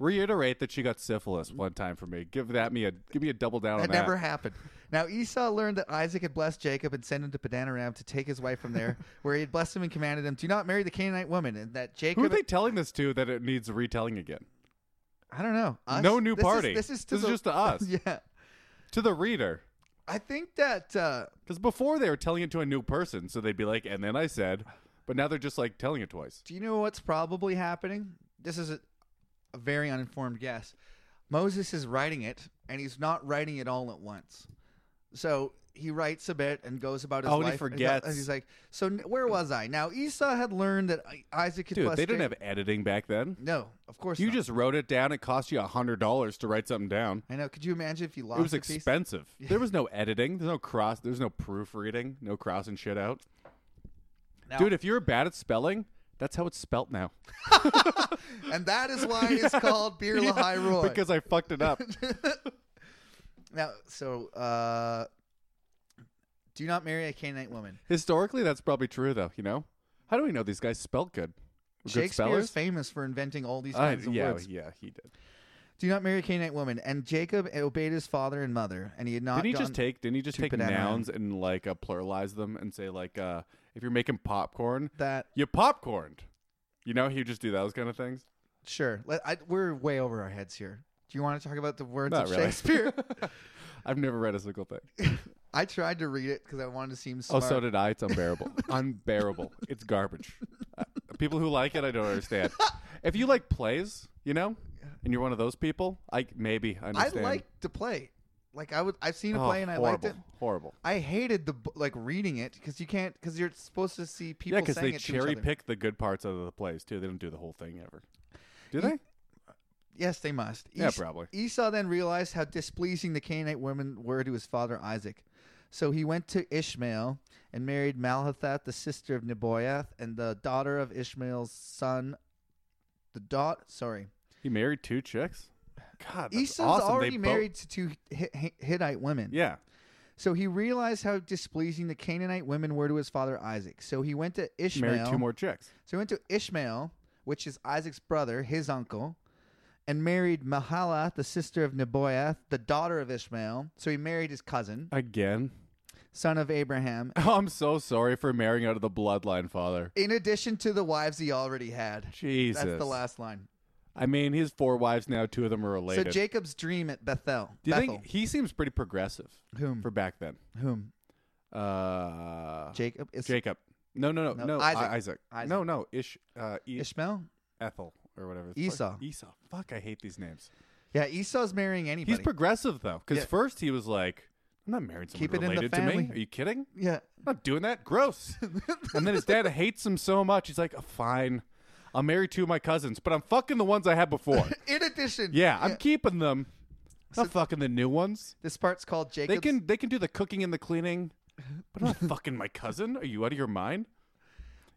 Speaker 1: Reiterate that she got syphilis one time for me. Give that me a give me a double down
Speaker 2: That
Speaker 1: on that.
Speaker 2: never happened. Now Esau learned that Isaac had blessed Jacob and sent him to Padanaram to take his wife from there, where he had blessed him and commanded him, "Do not marry the Canaanite woman." And that Jacob,
Speaker 1: Who are they telling this to that it needs retelling again?
Speaker 2: I don't know. Us?
Speaker 1: No new
Speaker 2: This is-
Speaker 1: party.
Speaker 2: this is to
Speaker 1: This is
Speaker 2: the-
Speaker 1: just to us.
Speaker 2: yeah,
Speaker 1: To the reader.
Speaker 2: I think that uh,
Speaker 1: Because before they were telling it to a new person, so they'd be like, and then I said, but now they're just like telling it twice.
Speaker 2: Do you know what's probably happening? This is a, a very uninformed guess. Moses is writing it, and he's not writing it all at once. So he writes a bit and goes about his
Speaker 1: Oh, and he
Speaker 2: life.
Speaker 1: forgets.
Speaker 2: And he's like, "So n- where was I?" Now Esau had learned that I- Isaac had
Speaker 1: Dude,
Speaker 2: blessed
Speaker 1: they didn't
Speaker 2: Jacob.
Speaker 1: have editing back then.
Speaker 2: No, of course
Speaker 1: You
Speaker 2: not.
Speaker 1: just wrote it down. It cost you a hundred dollars to write something down.
Speaker 2: I know. Could you imagine if you lost
Speaker 1: It was
Speaker 2: a piece?
Speaker 1: expensive. There was no editing. There's no cross. There's no proofreading. No crossing shit out.
Speaker 2: Now-
Speaker 1: Dude, if you're bad at spelling, that's how it's spelt now.
Speaker 2: and that is why it's called Beer Lahai Roy.
Speaker 1: because I fucked it up.
Speaker 2: now, so uh, do not marry a Canaanite woman.
Speaker 1: Historically, that's probably true, though. You know, how do we know these guys spelled good? Were good
Speaker 2: Shakespeare is
Speaker 1: spellers?
Speaker 2: famous for inventing all these
Speaker 1: I-
Speaker 2: kinds of
Speaker 1: yeah,
Speaker 2: words.
Speaker 1: yeah, he did.
Speaker 2: Do not marry a Canaanite woman. And Jacob obeyed his father and mother, and he had not.
Speaker 1: Didn't he
Speaker 2: gone-
Speaker 1: just take? Didn't he just
Speaker 2: to
Speaker 1: take
Speaker 2: banana.
Speaker 1: nouns and like uh, pluralize them and say like, uh, if you're making popcorn,
Speaker 2: that?
Speaker 1: you popcorned. You know, he would just do those kind of things.
Speaker 2: Sure, Let, I, we're way over our heads here. Do you want to talk about the words
Speaker 1: Not
Speaker 2: of
Speaker 1: really.
Speaker 2: Shakespeare?
Speaker 1: I've never read a single thing.
Speaker 2: I tried to read it because I wanted to seem
Speaker 1: Oh,
Speaker 2: smart.
Speaker 1: so did I. It's unbearable. unbearable. It's garbage. Uh, people who like it, I don't understand. if you like plays, you know, and you're one of those people, I maybe I
Speaker 2: I
Speaker 1: understand.
Speaker 2: like to play. Like I would, I've seen a
Speaker 1: Oh,
Speaker 2: play and I liked
Speaker 1: horrible,
Speaker 2: it.
Speaker 1: Horrible.
Speaker 2: I hated the bu- like reading it because you can't because you're supposed to see people
Speaker 1: yeah, because
Speaker 2: saying
Speaker 1: they
Speaker 2: it to each other.
Speaker 1: cherry pick the good parts out of the plays too. They don't do the whole thing ever. Do they?
Speaker 2: Yes, they must.
Speaker 1: Yeah,
Speaker 2: Es-
Speaker 1: probably.
Speaker 2: Esau then realized how displeasing the Canaanite women were to his father Isaac. So he went to Ishmael and married Malathath, the sister of Neboath, and the daughter of Ishmael's son. The dot. Sorry,
Speaker 1: He married two chicks. God, that's
Speaker 2: Esau's
Speaker 1: awesome. They
Speaker 2: already
Speaker 1: both-
Speaker 2: married to two Hi- Hi- Hittite women.
Speaker 1: Yeah,
Speaker 2: So he realized how displeasing the Canaanite women were to his father Isaac. So he went to
Speaker 1: he
Speaker 2: Ishmael.
Speaker 1: married two more chicks.
Speaker 2: So he went to Ishmael, which is Isaac's brother, his uncle, and married Mahalath, the sister of Neboath, the daughter of Ishmael. So he married his cousin,
Speaker 1: Again.
Speaker 2: son of Abraham,
Speaker 1: Oh, I'm so sorry for marrying out of the bloodline, father.
Speaker 2: in addition to the wives he already had.
Speaker 1: Jesus.
Speaker 2: That's the last line.
Speaker 1: I mean, he has four wives now. Two of them are related.
Speaker 2: So Jacob's dream at Bethel.
Speaker 1: Do you
Speaker 2: Bethel.
Speaker 1: think he seems pretty progressive
Speaker 2: whom?
Speaker 1: for back then?
Speaker 2: whom?
Speaker 1: Uh,
Speaker 2: Jacob? Is
Speaker 1: Jacob. No, no, no,
Speaker 2: No,
Speaker 1: no.
Speaker 2: Isaac.
Speaker 1: I- Isaac.
Speaker 2: Isaac.
Speaker 1: No, no. Ish. Uh, I-
Speaker 2: Ishmael?
Speaker 1: Ethel or whatever. Fuck,
Speaker 2: Esau.
Speaker 1: Esau. Fuck, I hate these names.
Speaker 2: Yeah, Esau's marrying anybody.
Speaker 1: He's progressive though, because
Speaker 2: Yeah.
Speaker 1: first he was like, "I'm not marrying someone
Speaker 2: Keep it in the
Speaker 1: related to
Speaker 2: family.
Speaker 1: me." Are you kidding?
Speaker 2: yeah.
Speaker 1: I'm not doing that. Gross. and then his dad hates him so much. He's like, "Fine, I'll marry two of my cousins, but I'm fucking the ones I had before.
Speaker 2: In addition,
Speaker 1: yeah, I'm keeping them. Not fucking the new ones."
Speaker 2: this part's called Jacob's.
Speaker 1: They can they can do the cooking and the cleaning, but not fucking my cousin. Are you out of your mind?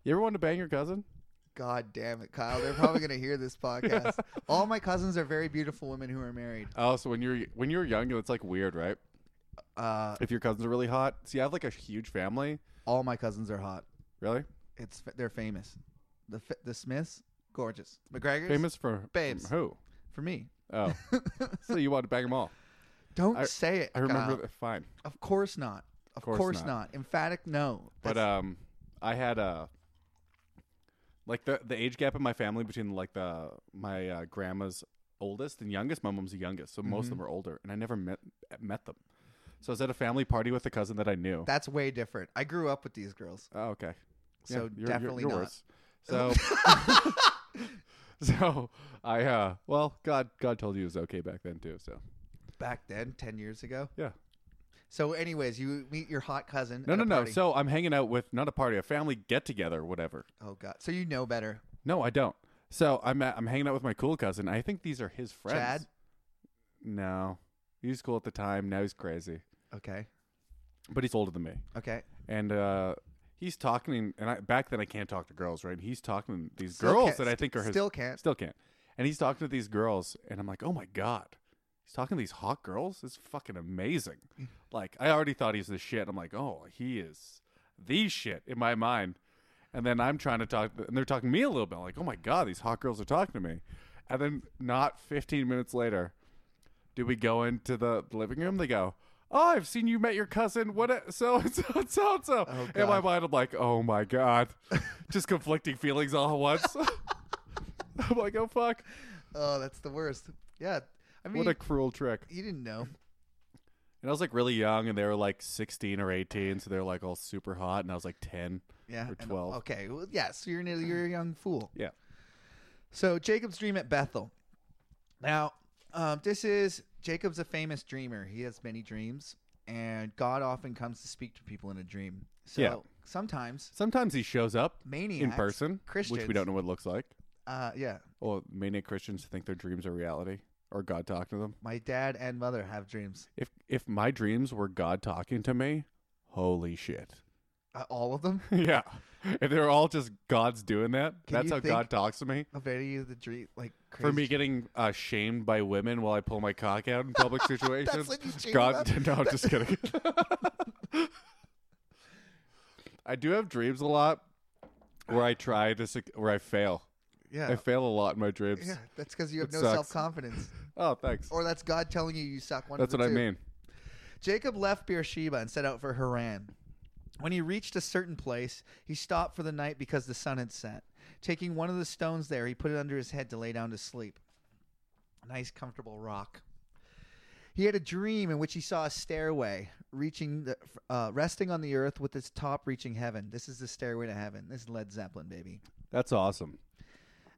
Speaker 1: You ever want to bang your cousin?
Speaker 2: God damn it, Kyle. They're probably going to hear this podcast. All my cousins are very beautiful women who are married.
Speaker 1: Oh, so when you're when you're young, it's like weird, right?
Speaker 2: Uh,
Speaker 1: If your cousins are really hot. See, I have like a huge family.
Speaker 2: all my cousins are hot.
Speaker 1: Really?
Speaker 2: It's they're famous. The F- the Smiths, gorgeous. McGregor's
Speaker 1: Famous for
Speaker 2: Babes.
Speaker 1: Who?
Speaker 2: for me.
Speaker 1: Oh, so you want to bang them all?
Speaker 2: Don't
Speaker 1: I-
Speaker 2: say it.
Speaker 1: I remember.
Speaker 2: Kyle.
Speaker 1: that- Fine,
Speaker 2: Of course not. Of course,
Speaker 1: course
Speaker 2: not.
Speaker 1: not.
Speaker 2: Emphatic no.
Speaker 1: but
Speaker 2: That's-
Speaker 1: um, I had a like the the age gap in my family between like the my uh, grandma's oldest and youngest. My mom's the youngest, so
Speaker 2: Mm-hmm.
Speaker 1: most of them are older, and I never met met them. So I was at a family party with a cousin that I knew.
Speaker 2: that's way different. I grew up with these girls.
Speaker 1: Oh, okay.
Speaker 2: So definitely not.
Speaker 1: worse. So, so I uh, well, God, God told you it was okay back then too. So
Speaker 2: Back then, 10 years ago.
Speaker 1: yeah,
Speaker 2: So, anyways, you meet your hot cousin.
Speaker 1: no,
Speaker 2: at
Speaker 1: no,
Speaker 2: a
Speaker 1: no.
Speaker 2: party.
Speaker 1: So I'm hanging out with not a party, a family get together, whatever.
Speaker 2: oh, God. So you know better.
Speaker 1: No, I don't. So I'm at, I'm hanging out with my cool cousin. I think these are his friends.
Speaker 2: Chad?
Speaker 1: No, he was cool at the time. Now he's crazy,
Speaker 2: Okay.
Speaker 1: but he's older than me,
Speaker 2: Okay.
Speaker 1: and uh, he's talking. And I, back then, I can't talk to girls, right? He's talking to these
Speaker 2: Still
Speaker 1: girls
Speaker 2: can't-
Speaker 1: that I think are his
Speaker 2: Still can't.
Speaker 1: Still can't. And he's talking to these girls, and I'm like, oh my god, he's talking to these hot girls. It's fucking amazing. like I already thought he's the shit. I'm like, oh, he is the shit in my mind. And then I'm trying to talk, and they're talking to me a little bit. I'm like, oh my god, these hot girls are talking to me. And then not 15 minutes later, do we go into the living room? They go. Oh, I've seen you met your cousin. What a- so and so and so and so.
Speaker 2: Oh,
Speaker 1: in my
Speaker 2: God.
Speaker 1: mind, I'm like, oh my god, just conflicting feelings all at once. I'm like, oh fuck!
Speaker 2: Oh, that's the worst. Yeah. I mean,
Speaker 1: What a cruel trick.
Speaker 2: you didn't know.
Speaker 1: And I was like really young, and they were like 16 or 18, so they were like all super hot, and I was like 10
Speaker 2: Yeah.
Speaker 1: or
Speaker 2: and-
Speaker 1: 12.
Speaker 2: okay. Well, yeah. So you're, an, you're a young fool.
Speaker 1: Yeah,
Speaker 2: So Jacob's dream at Bethel. Now, um, this is Jacob's a famous dreamer. He has many dreams, and God often comes to speak to people in a dream. So
Speaker 1: Yeah.
Speaker 2: sometimes
Speaker 1: sometimes he shows up
Speaker 2: maniacs
Speaker 1: in person, which
Speaker 2: Christians.
Speaker 1: we don't know what it looks like.
Speaker 2: Uh, yeah,
Speaker 1: Well, maniac Christians think their dreams are reality or God talking to them.
Speaker 2: my dad and mother have dreams.
Speaker 1: If if my dreams were God talking to me, holy shit!
Speaker 2: Uh, all of them.
Speaker 1: yeah, if they're all just God's doing that,
Speaker 2: Can
Speaker 1: that's
Speaker 2: you
Speaker 1: how
Speaker 2: think-
Speaker 1: God talks to me.
Speaker 2: Of any of the dream, like crazy.
Speaker 1: For me getting uh, shamed by women while I pull my cock out in public situations.
Speaker 2: what you shamed
Speaker 1: God,
Speaker 2: about?
Speaker 1: no, I'm just kidding. I do have dreams a lot where I try to suc- where I fail.
Speaker 2: yeah,
Speaker 1: I fail a lot in my dreams.
Speaker 2: yeah. That's because you have
Speaker 1: It
Speaker 2: no
Speaker 1: sucks.
Speaker 2: self confidence,
Speaker 1: Oh, thanks.
Speaker 2: or that's God telling you you suck. One. of
Speaker 1: That's
Speaker 2: the
Speaker 1: what I
Speaker 2: two.
Speaker 1: mean.
Speaker 2: Jacob left Beersheba and set out for Haran. When he reached a certain place, he stopped for the night because the sun had set. Taking one of the stones there, he put it under his head to lay down to sleep. A nice, comfortable rock. He had a dream in which he saw a stairway reaching, the, uh, resting on the earth with its top reaching heaven. This is the stairway to heaven. This is Led Zeppelin, baby.
Speaker 1: That's awesome.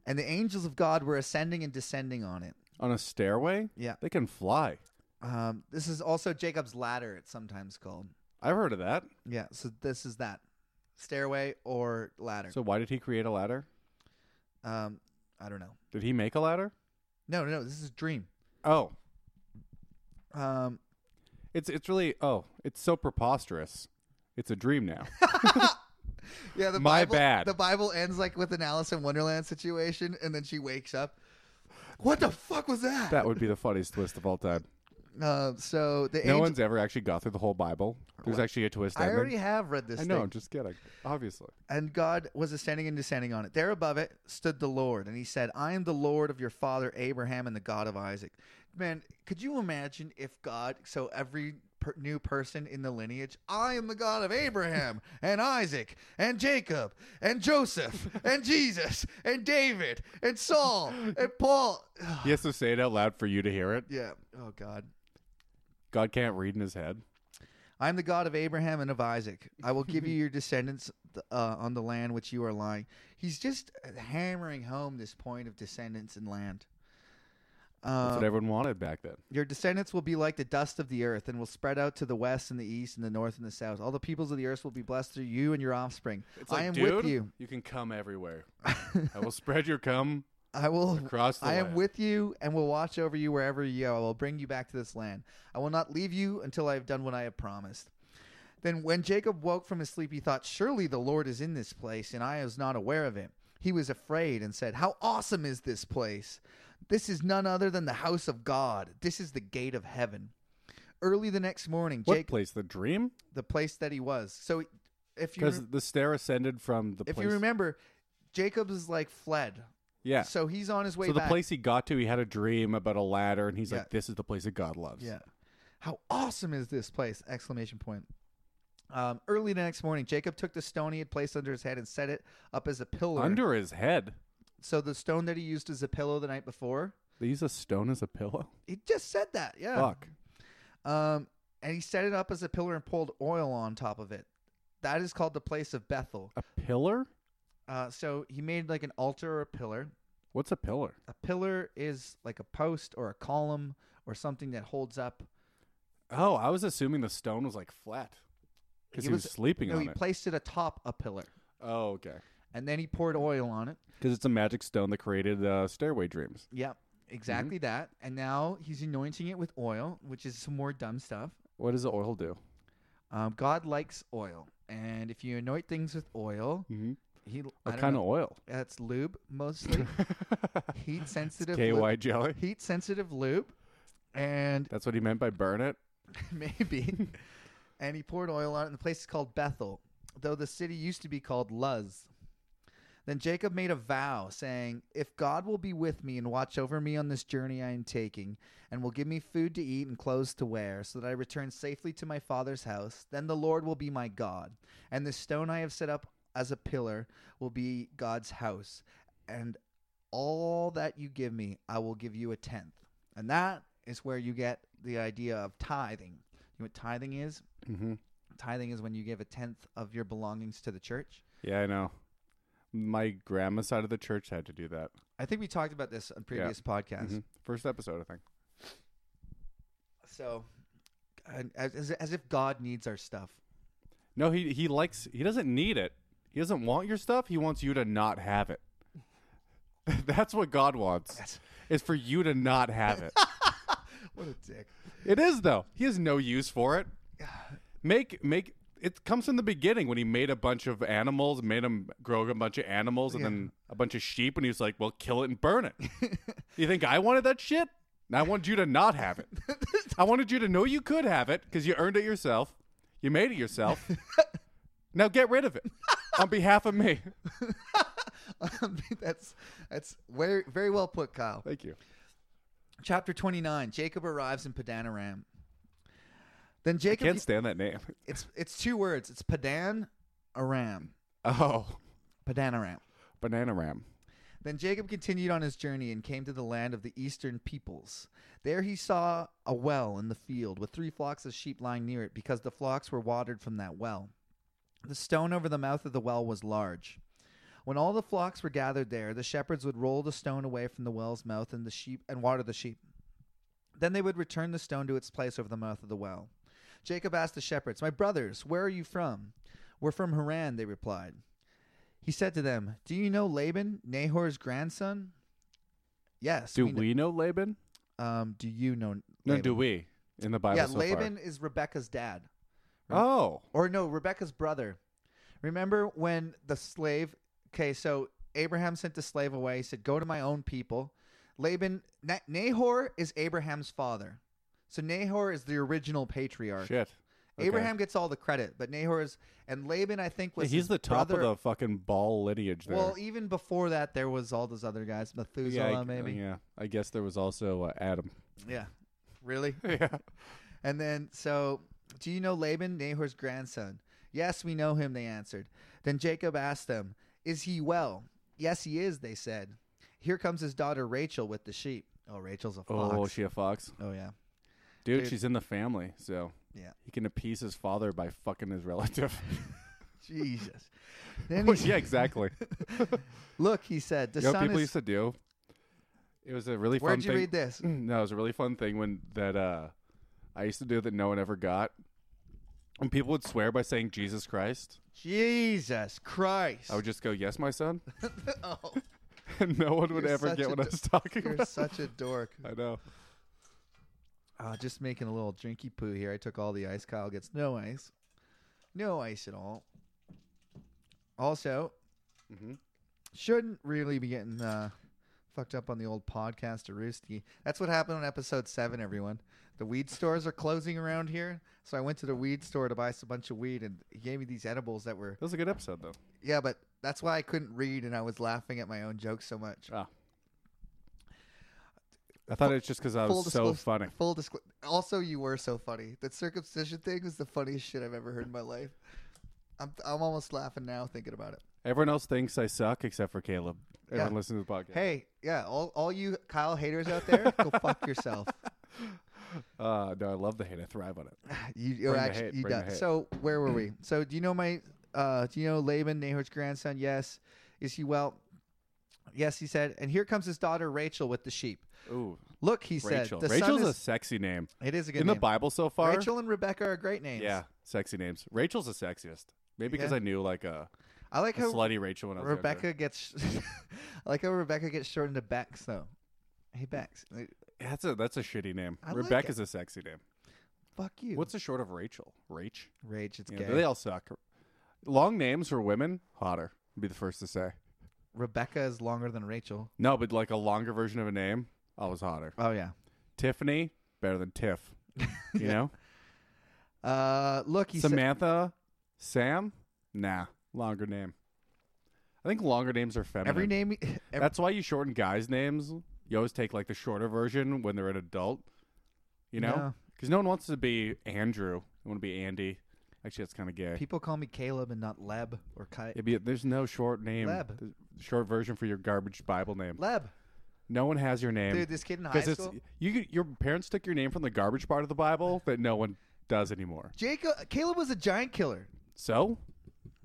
Speaker 2: And the angels of God were ascending and descending on it.
Speaker 1: On a stairway?
Speaker 2: Yeah.
Speaker 1: They can fly.
Speaker 2: Um, this is also Jacob's ladder. It's sometimes called.
Speaker 1: I've heard of that.
Speaker 2: Yeah, so this is that stairway or ladder.
Speaker 1: So why did he create a ladder?
Speaker 2: um, I don't know.
Speaker 1: Did he make a ladder?
Speaker 2: No, no, no. This is dream.
Speaker 1: Oh,
Speaker 2: Um,
Speaker 1: it's it's really oh, it's so preposterous. It's a dream now.
Speaker 2: yeah, the
Speaker 1: My
Speaker 2: Bible,
Speaker 1: bad.
Speaker 2: The Bible ends like with an Alice in Wonderland situation, and then she wakes up. What the fuck was that?
Speaker 1: that would be the funniest twist of all time.
Speaker 2: uh, so the
Speaker 1: No
Speaker 2: angel-
Speaker 1: one's ever actually got through the whole Bible. There's actually a twist
Speaker 2: I
Speaker 1: ending.
Speaker 2: already have read this.
Speaker 1: I know.
Speaker 2: thing.
Speaker 1: I'm just kidding. Obviously,
Speaker 2: And God was ascending and descending on it. There above it stood the Lord, and he said, I am the Lord of your father Abraham and the God of Isaac. Man, could you imagine if God, so every per, new person in the lineage, I am the God of Abraham and Isaac and Jacob and Joseph and Jesus and David and Saul and Paul.
Speaker 1: he has to say it out loud for you to hear it.
Speaker 2: yeah. Oh, God.
Speaker 1: God can't read in his head.
Speaker 2: I am the God of Abraham and of Isaac. I will give you your descendants th- uh, on the land which you are lying. He's just uh, hammering home this point of descendants and land.
Speaker 1: That's
Speaker 2: Uh,
Speaker 1: what everyone wanted back then.
Speaker 2: your descendants will be like the dust of the earth and will spread out to the west and the east and the north and the south. All the peoples of the earth will be blessed through you and your offspring. I am with you.
Speaker 1: You can come everywhere. I will spread your cum
Speaker 2: I will.
Speaker 1: across the.
Speaker 2: I am
Speaker 1: land.
Speaker 2: with you and will watch over you wherever you go. I will bring you back to this land. I will not leave you until I have done what I have promised. Then when Jacob woke from his sleep, he thought, Surely the Lord is in this place, and I was not aware of it. He was afraid and said, How awesome is this place! This is none other than the house of God. This is the gate of heaven. Early the next morning,
Speaker 1: What
Speaker 2: Jacob,
Speaker 1: place? The dream?
Speaker 2: the place that he was. So if you
Speaker 1: Because the stair ascended from the
Speaker 2: if
Speaker 1: place.
Speaker 2: you remember, Jacob is like fled
Speaker 1: Yeah. So,
Speaker 2: So he's on his way
Speaker 1: the
Speaker 2: back.
Speaker 1: place he got to, he had a dream about a ladder, and he's
Speaker 2: Yeah.
Speaker 1: like, "This is the place that God loves."
Speaker 2: Yeah. How awesome is this place? Exclamation point. Um, early the next morning, Jacob took the stone he had placed under his head and set it up as a pillar.
Speaker 1: Under his head,
Speaker 2: so the stone that he used as a pillow the night before.
Speaker 1: they use a stone as a pillow.
Speaker 2: He just said that, yeah.
Speaker 1: Fuck.
Speaker 2: Um, and he set it up as a pillar and poured oil on top of it. That is called the place of Bethel.
Speaker 1: A pillar?
Speaker 2: Uh, so he made like an altar or a pillar.
Speaker 1: What's a pillar?
Speaker 2: A pillar is like a post or a column or something that holds up.
Speaker 1: Oh, I was assuming the stone was like flat because
Speaker 2: He
Speaker 1: he was,
Speaker 2: was-
Speaker 1: sleeping
Speaker 2: No,
Speaker 1: on
Speaker 2: he
Speaker 1: it.
Speaker 2: placed it atop a pillar,
Speaker 1: oh, okay.
Speaker 2: and then he poured oil on it.
Speaker 1: Because it's a magic stone that created uh, Stairway Dreams.
Speaker 2: Yep,
Speaker 1: Mm-hmm.
Speaker 2: exactly that. And now he's anointing it with oil, which is some more dumb stuff.
Speaker 1: What does the oil do?
Speaker 2: Um, God likes oil, and if you anoint things with oil,
Speaker 1: Mm-hmm.
Speaker 2: he
Speaker 1: What kind of oil?
Speaker 2: that's lube mostly heat sensitive
Speaker 1: KY
Speaker 2: lube,
Speaker 1: jelly.
Speaker 2: heat sensitive lube, and
Speaker 1: That's what he meant by burn it.
Speaker 2: maybe, and he poured oil on it. And the place is called Bethel, though the city used to be called Luz. Then Jacob made a vow, saying, If God will be with me and watch over me on this journey I am taking, and will give me food to eat and clothes to wear, so that I return safely to my father's house, then the Lord will be my God, and the stone I have set up as a pillar will be God's house, and all that you give me, I will give you a tenth. And that is where you get the idea of tithing. You know what tithing is?
Speaker 1: Mm-hmm.
Speaker 2: Tithing is when you give a tenth of your belongings to the church.
Speaker 1: Yeah, I know. My grandma's side of the church had to do that.
Speaker 2: I think we talked about this on previous podcasts.
Speaker 1: Mhm. First episode, I think.
Speaker 2: So, and as, as, as if God needs our stuff.
Speaker 1: No, he he likes. He doesn't need it. He doesn't want your stuff. He wants you to not have it. That's what God wants.
Speaker 2: That's-
Speaker 1: Is for you to not have it.
Speaker 2: What a dick.
Speaker 1: It is though. He has no use for it. Make make it comes from the beginning when he made a bunch of animals, made him grow a bunch of animals, and
Speaker 2: Yeah.
Speaker 1: then a bunch of sheep, and he was like, "Well, kill it and burn it." you think I wanted that shit? I wanted you to not have it. I wanted you to know you could have it because you earned it yourself. You made it yourself. now get rid of it on behalf of me.
Speaker 2: Um, that's that's very, very well put, Kyle.
Speaker 1: Thank you.
Speaker 2: Chapter 29 Jacob arrives in Padan Aram. Then Jacob.
Speaker 1: Can't stand that name.
Speaker 2: It's, it's two words. It's Padan Aram.
Speaker 1: Oh,
Speaker 2: Padan Aram.
Speaker 1: banana ram.
Speaker 2: Then Jacob continued on his journey and came to the land of the eastern peoples. There he saw a well in the field with three flocks of sheep lying near it because the flocks were watered from that well. The stone over the mouth of the well was large. When all the flocks were gathered there, the shepherds would roll the stone away from the well's mouth and the sheep and water the sheep. Then they would return the stone to its place over the mouth of the well. Jacob asked the shepherds, "My brothers, where are you from?" "We're from Haran," they replied. He said to them, Do you know Laban, Nahor's grandson? Yes.
Speaker 1: Do
Speaker 2: kn-
Speaker 1: we know Laban?
Speaker 2: Um, do you know?
Speaker 1: No,
Speaker 2: Laban?
Speaker 1: do we in the Bible?
Speaker 2: Yeah,
Speaker 1: so far?
Speaker 2: Laban is Rebecca's dad,
Speaker 1: Oh,
Speaker 2: or no, Rebecca's brother. Remember when the slave? Okay, so Abraham sent the slave away. He said, "Go to my own people." Laban, Na- Nahor is Abraham's father, so Nahor is the original patriarch.
Speaker 1: shit. Okay.
Speaker 2: Abraham gets all the credit, but Nahor is and Laban. I think was
Speaker 1: Yeah, he's
Speaker 2: his
Speaker 1: the top
Speaker 2: brother.
Speaker 1: of the fucking ball lineage there.
Speaker 2: Well, even before that, there was all those other guys, Methuselah,
Speaker 1: yeah, I,
Speaker 2: maybe.
Speaker 1: Yeah, I guess there was also uh, Adam.
Speaker 2: yeah, really.
Speaker 1: yeah.
Speaker 2: And then, so, do you know Laban, Nahor's grandson? Yes, we know him, they answered. Then Jacob asked them, Is he well? Yes, he is, they said. Here comes his daughter Rachel with the sheep. Oh, Rachel's a fox.
Speaker 1: Oh, she a fox,
Speaker 2: Oh, yeah.
Speaker 1: dude,
Speaker 2: Dude.
Speaker 1: She's in the family, so
Speaker 2: Yeah.
Speaker 1: he can appease his father by fucking his relative.
Speaker 2: Jesus. Then he,
Speaker 1: yeah, exactly.
Speaker 2: Look, he said, the
Speaker 1: you know what
Speaker 2: son
Speaker 1: people
Speaker 2: is.
Speaker 1: used to do? It was a really fun
Speaker 2: Where'd you
Speaker 1: thing.
Speaker 2: read this?
Speaker 1: No, it was a really fun thing when that uh, I used to do that no one ever got. When people would swear by saying Jesus Christ,
Speaker 2: Jesus Christ.
Speaker 1: I would just go, "Yes, my son,"
Speaker 2: oh,
Speaker 1: and no one would
Speaker 2: You're
Speaker 1: ever
Speaker 2: such
Speaker 1: get
Speaker 2: a
Speaker 1: what I
Speaker 2: d-
Speaker 1: was talking
Speaker 2: you're
Speaker 1: about.
Speaker 2: such a dork.
Speaker 1: I know.
Speaker 2: Uh, just making a little drinky poo here. I took all the ice. Kyle gets no ice. No ice at all. Also,
Speaker 1: Mhm.
Speaker 2: shouldn't really be getting uh, fucked up on the old podcast or Roosty. That's what happened on episode seven, everyone. The weed stores are closing around here. So I went to the weed store to buy us a bunch of weed, and he gave me these edibles that were.
Speaker 1: That was a good episode, though.
Speaker 2: Yeah, but that's why I couldn't read, and I was laughing at my own jokes so much.
Speaker 1: Ah, I thought it's just because I was so
Speaker 2: disclos-
Speaker 1: funny.
Speaker 2: Full disclosure. Also, you were so funny. That circumcision thing was the funniest shit I've ever heard in my life. I'm I'm almost laughing now thinking about it.
Speaker 1: Everyone else thinks I suck except for Caleb. Everyone
Speaker 2: Yeah.
Speaker 1: listens to the podcast.
Speaker 2: Hey, yeah, all all you Kyle haters out there, go fuck yourself.
Speaker 1: Uh, no, I love the hate. I thrive on it.
Speaker 2: You you're
Speaker 1: the
Speaker 2: actually
Speaker 1: hate,
Speaker 2: you
Speaker 1: bring the
Speaker 2: done.
Speaker 1: hate.
Speaker 2: So where were we? So do you know my? Uh, do you know Laban Nahor's grandson? Yes. Is he well? Yes, he said. And here comes his daughter Rachel with the sheep.
Speaker 1: Ooh,
Speaker 2: Look, he said.
Speaker 1: Rachel.
Speaker 2: The
Speaker 1: Rachel's
Speaker 2: son
Speaker 1: a
Speaker 2: is,
Speaker 1: sexy name
Speaker 2: it is a good
Speaker 1: in
Speaker 2: name.
Speaker 1: the Bible so far.
Speaker 2: Rachel and Rebecca are great names.
Speaker 1: Yeah, sexy names. Rachel's the sexiest. Maybe because
Speaker 2: Yeah.
Speaker 1: I knew like a,
Speaker 2: I like
Speaker 1: a
Speaker 2: how
Speaker 1: slutty Rachel when I was younger.
Speaker 2: Rebecca gets. I like how Rebecca gets shortened to Bex though. Hey Bex, Like,
Speaker 1: That's a that's a shitty name.
Speaker 2: I like
Speaker 1: Rebecca's a sexy name.
Speaker 2: fuck you.
Speaker 1: What's the short of Rachel? Rach.
Speaker 2: Rage? It's
Speaker 1: You
Speaker 2: gay.
Speaker 1: know, they all suck. Long names for women hotter. Be the first to say.
Speaker 2: Rebecca is longer than Rachel.
Speaker 1: No, but like a longer version of a name, always hotter.
Speaker 2: Oh yeah.
Speaker 1: Tiffany better than Tiff. You know,
Speaker 2: Uh, look, he said.
Speaker 1: Samantha, Sam. Nah, longer name. I think longer names are feminine.
Speaker 2: Every name, every,
Speaker 1: That's why you shorten guys' names. You always take like the shorter version when they're an adult. You know,
Speaker 2: No.
Speaker 1: because no one wants to be Andrew. They want to be Andy. Actually, that's kind of gay.
Speaker 2: people call me Caleb and not Leb or Kite.
Speaker 1: It'd be, there's no short name.
Speaker 2: Leb.
Speaker 1: There's Short version for your garbage Bible name.
Speaker 2: Leb,
Speaker 1: No one has your name.
Speaker 2: dude, this kid in high
Speaker 1: Because it's
Speaker 2: school.
Speaker 1: you. Your parents took your name from the garbage part of the Bible that no one does anymore.
Speaker 2: Jacob, Caleb was a giant killer.
Speaker 1: So,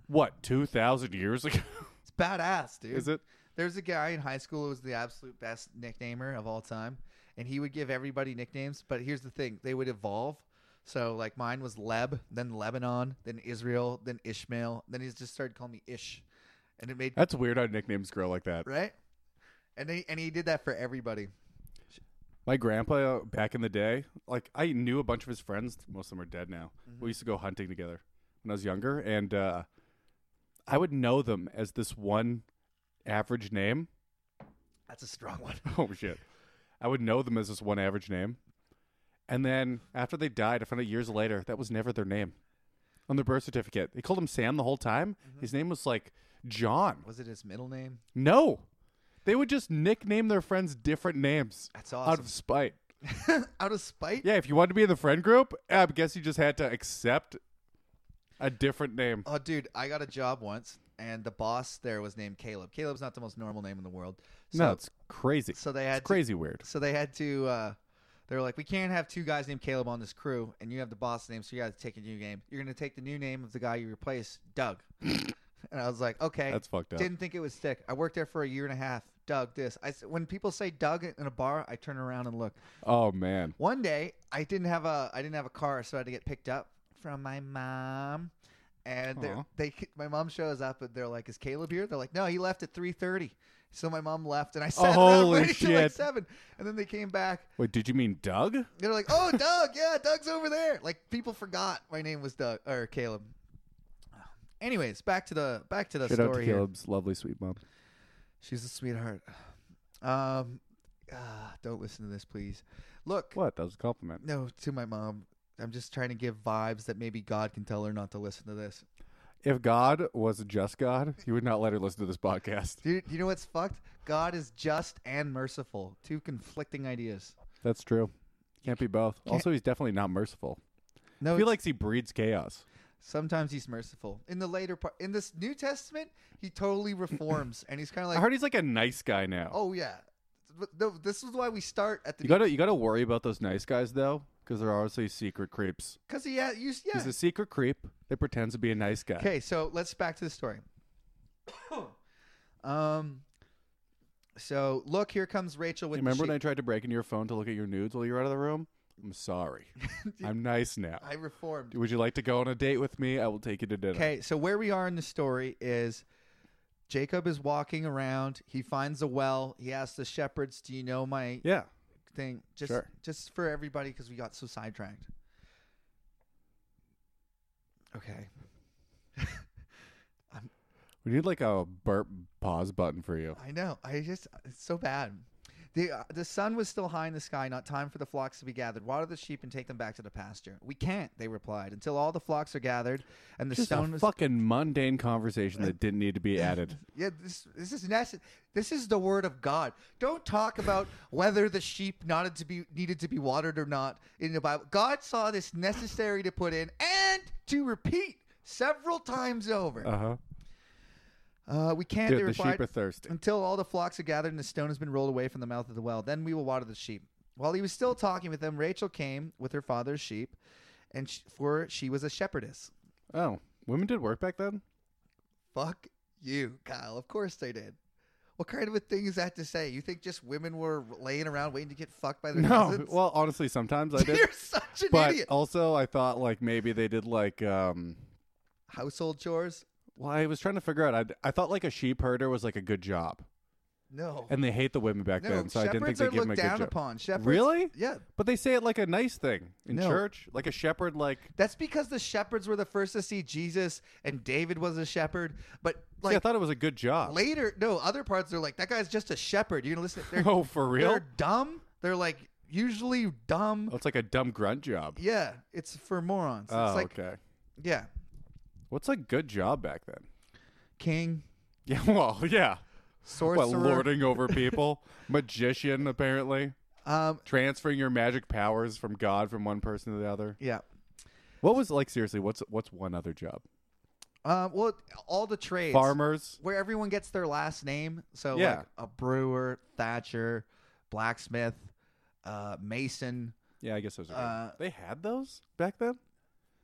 Speaker 1: what? Two thousand years ago?
Speaker 2: It's badass, dude.
Speaker 1: Is it?
Speaker 2: There's a guy in high school who was the absolute best nicknamer of all time, and he would give everybody nicknames. But here's the thing: they would evolve. So like mine was Leb, then Lebanon, then Israel, then Ishmael. Then he just started calling me Ish, and it made
Speaker 1: That's weird how nicknames grow like that.
Speaker 2: right. And he, and he did that for everybody.
Speaker 1: My grandpa uh, back in the day, like I knew a bunch of his friends. Most of them are dead now.
Speaker 2: Mm-hmm.
Speaker 1: We used to go hunting together when I was younger, and uh, I would know them as this one average name.
Speaker 2: That's a strong one.
Speaker 1: Oh shit! I would know them as this one average name, and then after they died, I found out years later that was never their name on their birth certificate. They called him Sam the whole time.
Speaker 2: Mm-hmm.
Speaker 1: His name was like John.
Speaker 2: Was it his middle name?
Speaker 1: No, they would just nickname their friends different names
Speaker 2: That's
Speaker 1: out
Speaker 2: awesome.
Speaker 1: of spite.
Speaker 2: Out of spite.
Speaker 1: Yeah, if you wanted to be in the friend group, I guess you just had to accept a different name.
Speaker 2: Oh, dude, I got a job once, and the boss there was named Caleb. Caleb's not the most normal name in the world. So,
Speaker 1: no, it's crazy.
Speaker 2: so they had
Speaker 1: It's crazy weird.
Speaker 2: To, so they had to. Uh, they were like, we can't have two guys named Caleb on this crew, and you have the boss name, so you got to take a new name. You're gonna take the new name of the guy you replace, Doug. and I was like, okay,
Speaker 1: That's fucked up.
Speaker 2: Didn't think it would stick. I worked there for a year and a half. Doug, this. I s when people say Doug in a bar, I turn around and look.
Speaker 1: Oh man,
Speaker 2: One day, I didn't have a I didn't have a car, so I had to get picked up from my mom. And they're-
Speaker 1: Aw.
Speaker 2: they, my mom shows up, and they're like, "Is Caleb here?" They're like, "No, he left at 3.30. So my mom left, and I sat around
Speaker 1: holy
Speaker 2: waiting till like
Speaker 1: shit.
Speaker 2: seven. And then they came back.
Speaker 1: wait, did you mean Doug?
Speaker 2: They're like, "Oh, Doug, yeah, Doug's over there." Like people forgot my name was Doug or Caleb. Anyways, back to the back to the
Speaker 1: Shout
Speaker 2: story
Speaker 1: out to
Speaker 2: here.
Speaker 1: Caleb's lovely sweet mom.
Speaker 2: She's a sweetheart. Um, ah, don't listen to this, please. Look,
Speaker 1: What? That was a compliment.
Speaker 2: no, to my mom. I'm just trying to give vibes that maybe God can tell her not to listen to this.
Speaker 1: If God was a just God, He would not let her listen to this podcast.
Speaker 2: Dude, you know what's fucked? God is just and merciful. Two conflicting ideas.
Speaker 1: That's true. Can't be both.
Speaker 2: Can't-
Speaker 1: Also, He's definitely not merciful.
Speaker 2: No,
Speaker 1: I feel
Speaker 2: it's-
Speaker 1: like He breeds chaos.
Speaker 2: sometimes he's merciful. In the later part, in this New Testament, he totally reforms, and he's kind of
Speaker 1: I
Speaker 2: like,
Speaker 1: heard He's like a nice guy now.
Speaker 2: oh yeah. But no, this is why we start at
Speaker 1: You
Speaker 2: the
Speaker 1: gotta, you gotta worry about those nice guys though, because they're obviously secret creeps.
Speaker 2: because he yeah, you, yeah.
Speaker 1: He's a secret creep that pretends to be a nice guy.
Speaker 2: Okay, so let's back to the story. um, so look, here comes Rachel with.
Speaker 1: You
Speaker 2: the
Speaker 1: remember
Speaker 2: sheep.
Speaker 1: when I tried to break into your phone to look at your nudes while you were out of the room? I'm sorry. I'm nice now.
Speaker 2: I reformed?
Speaker 1: Would you like to go on a date with me? I will take you to dinner.
Speaker 2: Okay, so where we are in the story is Jacob is walking around. He finds a well. He asks the shepherds, "Do you know my
Speaker 1: Yeah.
Speaker 2: thing?" Just,
Speaker 1: sure.
Speaker 2: just for everybody, because we got so sidetracked. Okay,
Speaker 1: We need like a burp pause button for you.
Speaker 2: I know. I just it's so bad. The, uh, the sun was still high in the sky, not time for the flocks to be gathered. Water the sheep and take them back to the pasture. We can't, they replied, until all the flocks are gathered and the
Speaker 1: Just
Speaker 2: stone
Speaker 1: a
Speaker 2: was.
Speaker 1: fucking mundane conversation that didn't need to be added.
Speaker 2: Yeah, this this is necess- This is the word of God. Don't talk about whether the sheep nodded to be needed to be watered or not in the Bible. God saw this necessary to put in and to repeat several times over.
Speaker 1: Uh huh.
Speaker 2: Uh, we can't. they
Speaker 1: Dude, the
Speaker 2: replied, "Uh,
Speaker 1: sheep are thirsty.
Speaker 2: until all the flocks are gathered and the stone has been rolled away from the mouth of the well. Then we will water the sheep. While he was still talking with them, Rachel came with her father's sheep, and sh for she was a shepherdess.
Speaker 1: Oh, women did work back then.
Speaker 2: Fuck you, Kyle. Of course they did. What kind of a thing is that to say? You think just women were laying around waiting to get fucked by their
Speaker 1: No,
Speaker 2: cousins?
Speaker 1: well, honestly, sometimes I did.
Speaker 2: You're such an
Speaker 1: But
Speaker 2: idiot.
Speaker 1: also, I thought like maybe they did like um,
Speaker 2: Household chores?
Speaker 1: Well, I was trying to figure out. I, I thought like a sheep herder was like a good job,
Speaker 2: No.
Speaker 1: and they hate the women back
Speaker 2: no,
Speaker 1: then, so I
Speaker 2: shepherds
Speaker 1: didn't think
Speaker 2: are
Speaker 1: they give them a
Speaker 2: looked
Speaker 1: good
Speaker 2: down
Speaker 1: job.
Speaker 2: upon. Shepherds,
Speaker 1: Really?
Speaker 2: Yeah.
Speaker 1: But they say it like a nice thing in
Speaker 2: No.
Speaker 1: church, like a shepherd. Like,
Speaker 2: That's because the shepherds were the first to see Jesus, and David was a shepherd. But
Speaker 1: See, I
Speaker 2: like
Speaker 1: thought it was a good job.
Speaker 2: later no other parts they're like that guy's just a shepherd you know listen they're,
Speaker 1: oh, for real?
Speaker 2: they're dumb they're like usually dumb
Speaker 1: Oh, it's like a dumb grunt job.
Speaker 2: yeah it's for morons
Speaker 1: oh,
Speaker 2: it's like
Speaker 1: okay.
Speaker 2: yeah
Speaker 1: What's a good job back then?
Speaker 2: king
Speaker 1: Yeah, well, yeah.
Speaker 2: sorcerer
Speaker 1: What lording over people, magician apparently,
Speaker 2: um
Speaker 1: transferring your magic powers from God from one person to the other.
Speaker 2: yeah
Speaker 1: What was like seriously? What's what's one other job?
Speaker 2: um well all the trades
Speaker 1: Farmers.
Speaker 2: where everyone gets their last name so
Speaker 1: Yeah.
Speaker 2: like a brewer thatcher blacksmith uh mason
Speaker 1: Yeah, I guess those are.
Speaker 2: Uh,
Speaker 1: good. they had those back then.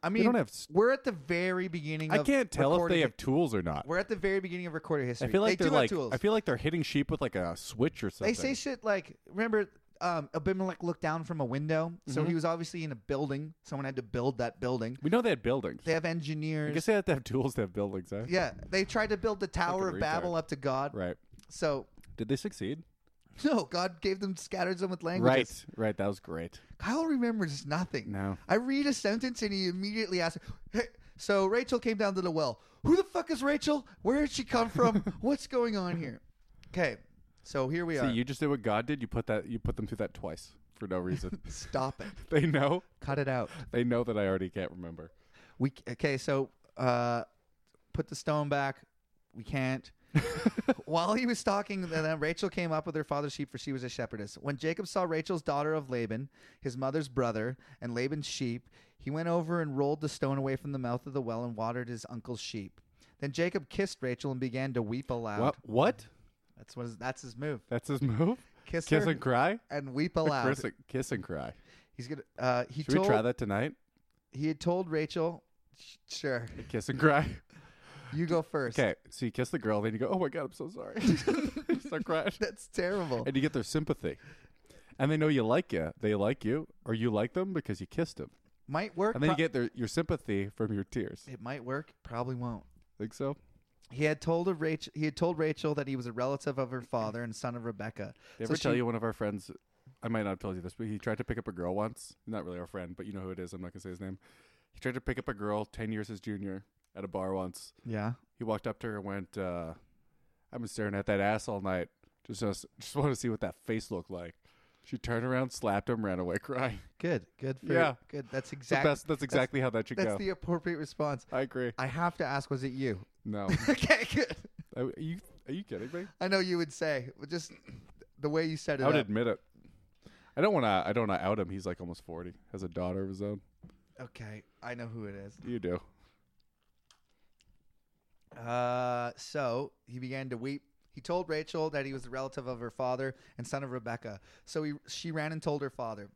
Speaker 2: i
Speaker 1: We
Speaker 2: mean
Speaker 1: don't have. s-
Speaker 2: we're at the very beginning
Speaker 1: I
Speaker 2: of
Speaker 1: can't tell if
Speaker 2: recorded
Speaker 1: they
Speaker 2: hi-
Speaker 1: have tools or not.
Speaker 2: we're at the very beginning of recorded history
Speaker 1: I feel like
Speaker 2: they
Speaker 1: are
Speaker 2: do
Speaker 1: like.
Speaker 2: have tools
Speaker 1: I feel like they're hitting sheep with like a switch or something.
Speaker 2: They say shit like, remember um, Abimelech looked down from a window, so
Speaker 1: Mm-hmm.
Speaker 2: he was obviously in a building. Someone had to build that building.
Speaker 1: we know they had buildings.
Speaker 2: They have
Speaker 1: I
Speaker 2: engineers.
Speaker 1: guess they have to have tools to have buildings, huh?
Speaker 2: yeah, they tried to build the Tower
Speaker 1: Fucking
Speaker 2: of Babel
Speaker 1: retard.
Speaker 2: up to God.
Speaker 1: Right.
Speaker 2: So
Speaker 1: Did they succeed?
Speaker 2: no, God gave them scattered them with languages.
Speaker 1: Right. Right. That was great.
Speaker 2: Kyle remembers nothing.
Speaker 1: No.
Speaker 2: I read a sentence and he immediately asks. Hey, so Rachel came down to the well. Who the fuck is Rachel? Where did she come from? What's going on here? Okay, so here we are.
Speaker 1: See, you just did what God did. You put that. You put them through that twice for no reason.
Speaker 2: Stop it.
Speaker 1: they know.
Speaker 2: Cut it out.
Speaker 1: They know that I already can't remember.
Speaker 2: We okay, so uh, put the stone back. We can't. While he was talking, to them, Rachel came up with her father's sheep, for she was a shepherdess. When Jacob saw Rachel's daughter of Laban, his mother's brother, and Laban's sheep, he went over and rolled the stone away from the mouth of the well and watered his uncle's sheep. Then Jacob kissed Rachel and began to weep aloud.
Speaker 1: What? What?
Speaker 2: That's what his, that's his move.
Speaker 1: That's his move.
Speaker 2: Kiss,
Speaker 1: Kiss
Speaker 2: her
Speaker 1: and cry.
Speaker 2: and weep aloud.
Speaker 1: Kiss and, kiss and cry.
Speaker 2: He's gonna. Uh, he
Speaker 1: Should
Speaker 2: told
Speaker 1: we try that tonight?
Speaker 2: he had told Rachel, "Sh- "Sure,
Speaker 1: Kiss and cry.
Speaker 2: you go first.
Speaker 1: Okay, so you kiss the girl, then you go, "Oh my god, I'm so sorry." You Start crying,
Speaker 2: That's terrible.
Speaker 1: and you get their sympathy, and they know you like you. They like you, or you like them because you kissed them,
Speaker 2: Might work.
Speaker 1: and then you
Speaker 2: pro-
Speaker 1: get their your sympathy from your tears.
Speaker 2: it might work. Probably won't.
Speaker 1: Think so?
Speaker 2: He had told of Rachel. He had told Rachel that he was a relative of her father and son of Rebecca.
Speaker 1: They
Speaker 2: So
Speaker 1: ever tell
Speaker 2: she-
Speaker 1: you one of our friends? I might not have told you this, but he tried to pick up a girl once. Not really our friend, but you know who it is. I'm not gonna say his name. He tried to pick up a girl ten years his junior at a bar once.
Speaker 2: Yeah.
Speaker 1: He walked up to her and went, uh, "I've been staring at that ass all night. Just just, just want to see what that face looked like." She turned around, slapped him, ran away crying.
Speaker 2: Good. Good for.
Speaker 1: Yeah.
Speaker 2: Good. That's
Speaker 1: It's the
Speaker 2: exactly.
Speaker 1: best. That's exactly how that should
Speaker 2: That's
Speaker 1: go.
Speaker 2: the appropriate response.
Speaker 1: I agree.
Speaker 2: I have to ask. Was it you?
Speaker 1: No,
Speaker 2: okay. Good.
Speaker 1: I, are you are you kidding me?
Speaker 2: I know you would say, but just the way you said it.
Speaker 1: I would
Speaker 2: up.
Speaker 1: admit it. I don't want to. I don't want to out him. He's like almost forty. Has a daughter of his own.
Speaker 2: Okay. I know who it is.
Speaker 1: You do.
Speaker 2: Uh, so he began to weep. He told Rachel that he was a relative of her father and son of Rebecca. So he, she ran and told her father.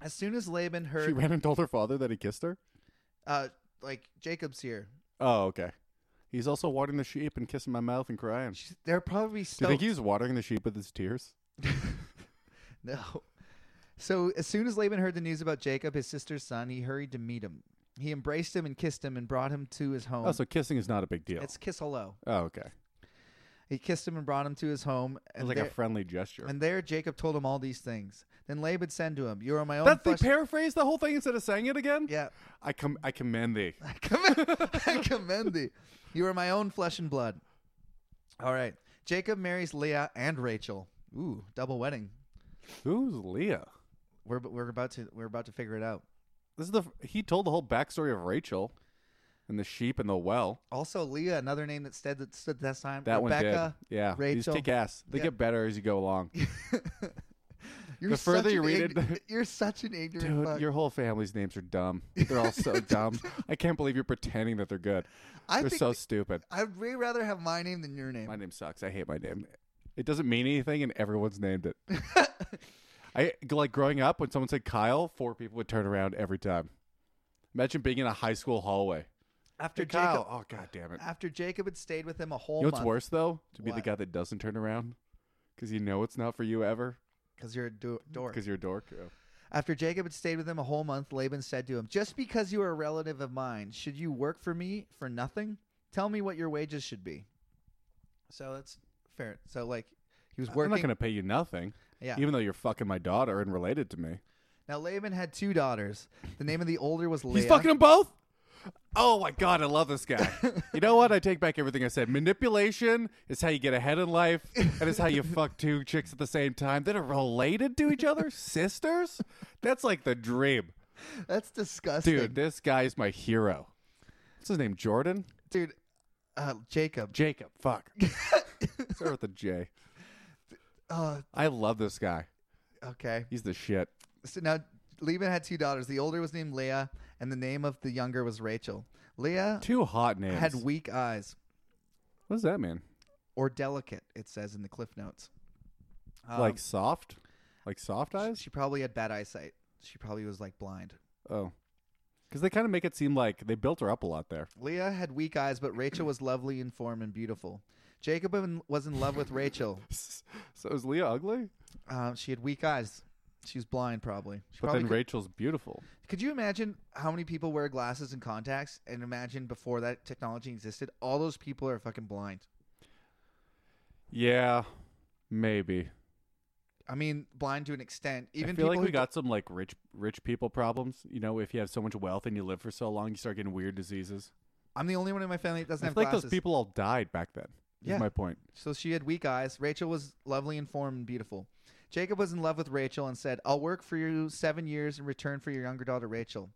Speaker 2: As soon as Laban heard,
Speaker 1: She ran and told her father that he kissed her.
Speaker 2: uh, like Jacob's here.
Speaker 1: Oh, okay. He's also watering the sheep and kissing my mouth and crying.
Speaker 2: She's, they're probably
Speaker 1: Do you
Speaker 2: stoked.
Speaker 1: think he's watering the sheep with his tears?
Speaker 2: no. So as soon as Laban heard the news about Jacob, his sister's son, he hurried to meet him. He embraced him and kissed him and brought him to his home.
Speaker 1: Oh, so kissing is not a big deal.
Speaker 2: it's kiss hello.
Speaker 1: oh, okay.
Speaker 2: He kissed him and brought him to his home.
Speaker 1: It's
Speaker 2: And,
Speaker 1: like
Speaker 2: there,
Speaker 1: a friendly gesture.
Speaker 2: and there Jacob told him all these things. Then Laban said to him, "You are my own."
Speaker 1: That's the
Speaker 2: flesh-
Speaker 1: paraphrase the whole thing instead of saying it again.
Speaker 2: yeah.
Speaker 1: I com- I commend thee.
Speaker 2: I commend, I commend thee. You are my own flesh and blood. All right. Jacob marries Leah and Rachel. Ooh, double wedding.
Speaker 1: Who's Leah?
Speaker 2: We're we're about to we're about to figure it out.
Speaker 1: This is the he told the whole backstory of Rachel and the sheep and the well.
Speaker 2: Also, Leah, another name that stood that stood this time.
Speaker 1: That
Speaker 2: Rebecca.
Speaker 1: one did. Yeah.
Speaker 2: Rachel.
Speaker 1: These kick ass. They
Speaker 2: Yeah.
Speaker 1: get better as you go along.
Speaker 2: You're
Speaker 1: The further
Speaker 2: such
Speaker 1: you
Speaker 2: an
Speaker 1: read it-
Speaker 2: ign- you're such an ignorant
Speaker 1: Dude,
Speaker 2: fuck.
Speaker 1: your whole family's names are dumb. They're all so dumb. I can't believe you're pretending that they're good.
Speaker 2: I
Speaker 1: they're
Speaker 2: think
Speaker 1: so stupid.
Speaker 2: I'd way rather have my name than your name.
Speaker 1: My name sucks. I hate my name. It doesn't mean anything, and everyone's named it. I like growing up when someone said Kyle, four people would turn around every time. Imagine being in a high school hallway.
Speaker 2: after
Speaker 1: Hey, Kyle. Oh god damn it.
Speaker 2: Jacob, after Jacob had stayed with him a whole
Speaker 1: You know what's
Speaker 2: month
Speaker 1: worse though? To be the
Speaker 2: What?
Speaker 1: guy that doesn't turn around because you know it's not for you ever
Speaker 2: because you're a do- dork.
Speaker 1: because you're a dork. Oh.
Speaker 2: After Jacob had stayed with him a whole month, Laban said to him, Just because you are a relative of mine, should you work for me for nothing? Tell me what your wages should be. So that's fair. So, like, he was
Speaker 1: I'm
Speaker 2: working.
Speaker 1: not going to pay you nothing,
Speaker 2: yeah.
Speaker 1: even though you're fucking my daughter and related to me.
Speaker 2: now, Laban had two daughters. The name of the older was Leah.
Speaker 1: He's fucking them both. Oh my god, I love this guy. you know what? I take back everything I said. Manipulation is how you get ahead in life, and it's how you fuck two chicks at the same time that are related to each other, sisters. That's like the dream,
Speaker 2: That's disgusting.
Speaker 1: dude. This guy is my hero. What's his name? Jordan?
Speaker 2: Dude, uh, Jacob.
Speaker 1: Jacob? Fuck. Start with a J.
Speaker 2: Uh,
Speaker 1: I love this guy.
Speaker 2: okay.
Speaker 1: He's the shit.
Speaker 2: So now, Laban had two daughters. The older was named Leah, and the name of the younger was Rachel. Leah
Speaker 1: Two hot names.
Speaker 2: had weak eyes.
Speaker 1: what does that mean?
Speaker 2: or delicate, it says in the cliff notes. Um,
Speaker 1: like soft? Like soft eyes?
Speaker 2: she probably had bad eyesight. She probably was like blind.
Speaker 1: Oh. Because they kind of make it seem like they built her up a lot there.
Speaker 2: Leah had weak eyes, but Rachel was lovely in form and beautiful. Jacob in- was in love with Rachel.
Speaker 1: So is Leah ugly?
Speaker 2: Um, she had weak eyes. She was blind, probably. She
Speaker 1: But
Speaker 2: probably
Speaker 1: then
Speaker 2: could,
Speaker 1: Rachel's beautiful.
Speaker 2: could you imagine how many people wear glasses and contacts? And imagine before that technology existed, all those people are fucking blind.
Speaker 1: Yeah, maybe.
Speaker 2: I mean, blind to an extent. Even
Speaker 1: I feel
Speaker 2: people
Speaker 1: like we
Speaker 2: who
Speaker 1: got some like rich rich people problems. You know, if you have so much wealth and you live for so long, you start getting weird diseases.
Speaker 2: I'm the only one in my family that doesn't
Speaker 1: I
Speaker 2: have
Speaker 1: feel like
Speaker 2: glasses.
Speaker 1: those people all died back then. Is
Speaker 2: Yeah.
Speaker 1: my point.
Speaker 2: So she had weak eyes. Rachel was lovely in form and beautiful. Jacob was in love with Rachel and said, I'll work for you seven years in return for your younger daughter, Rachel.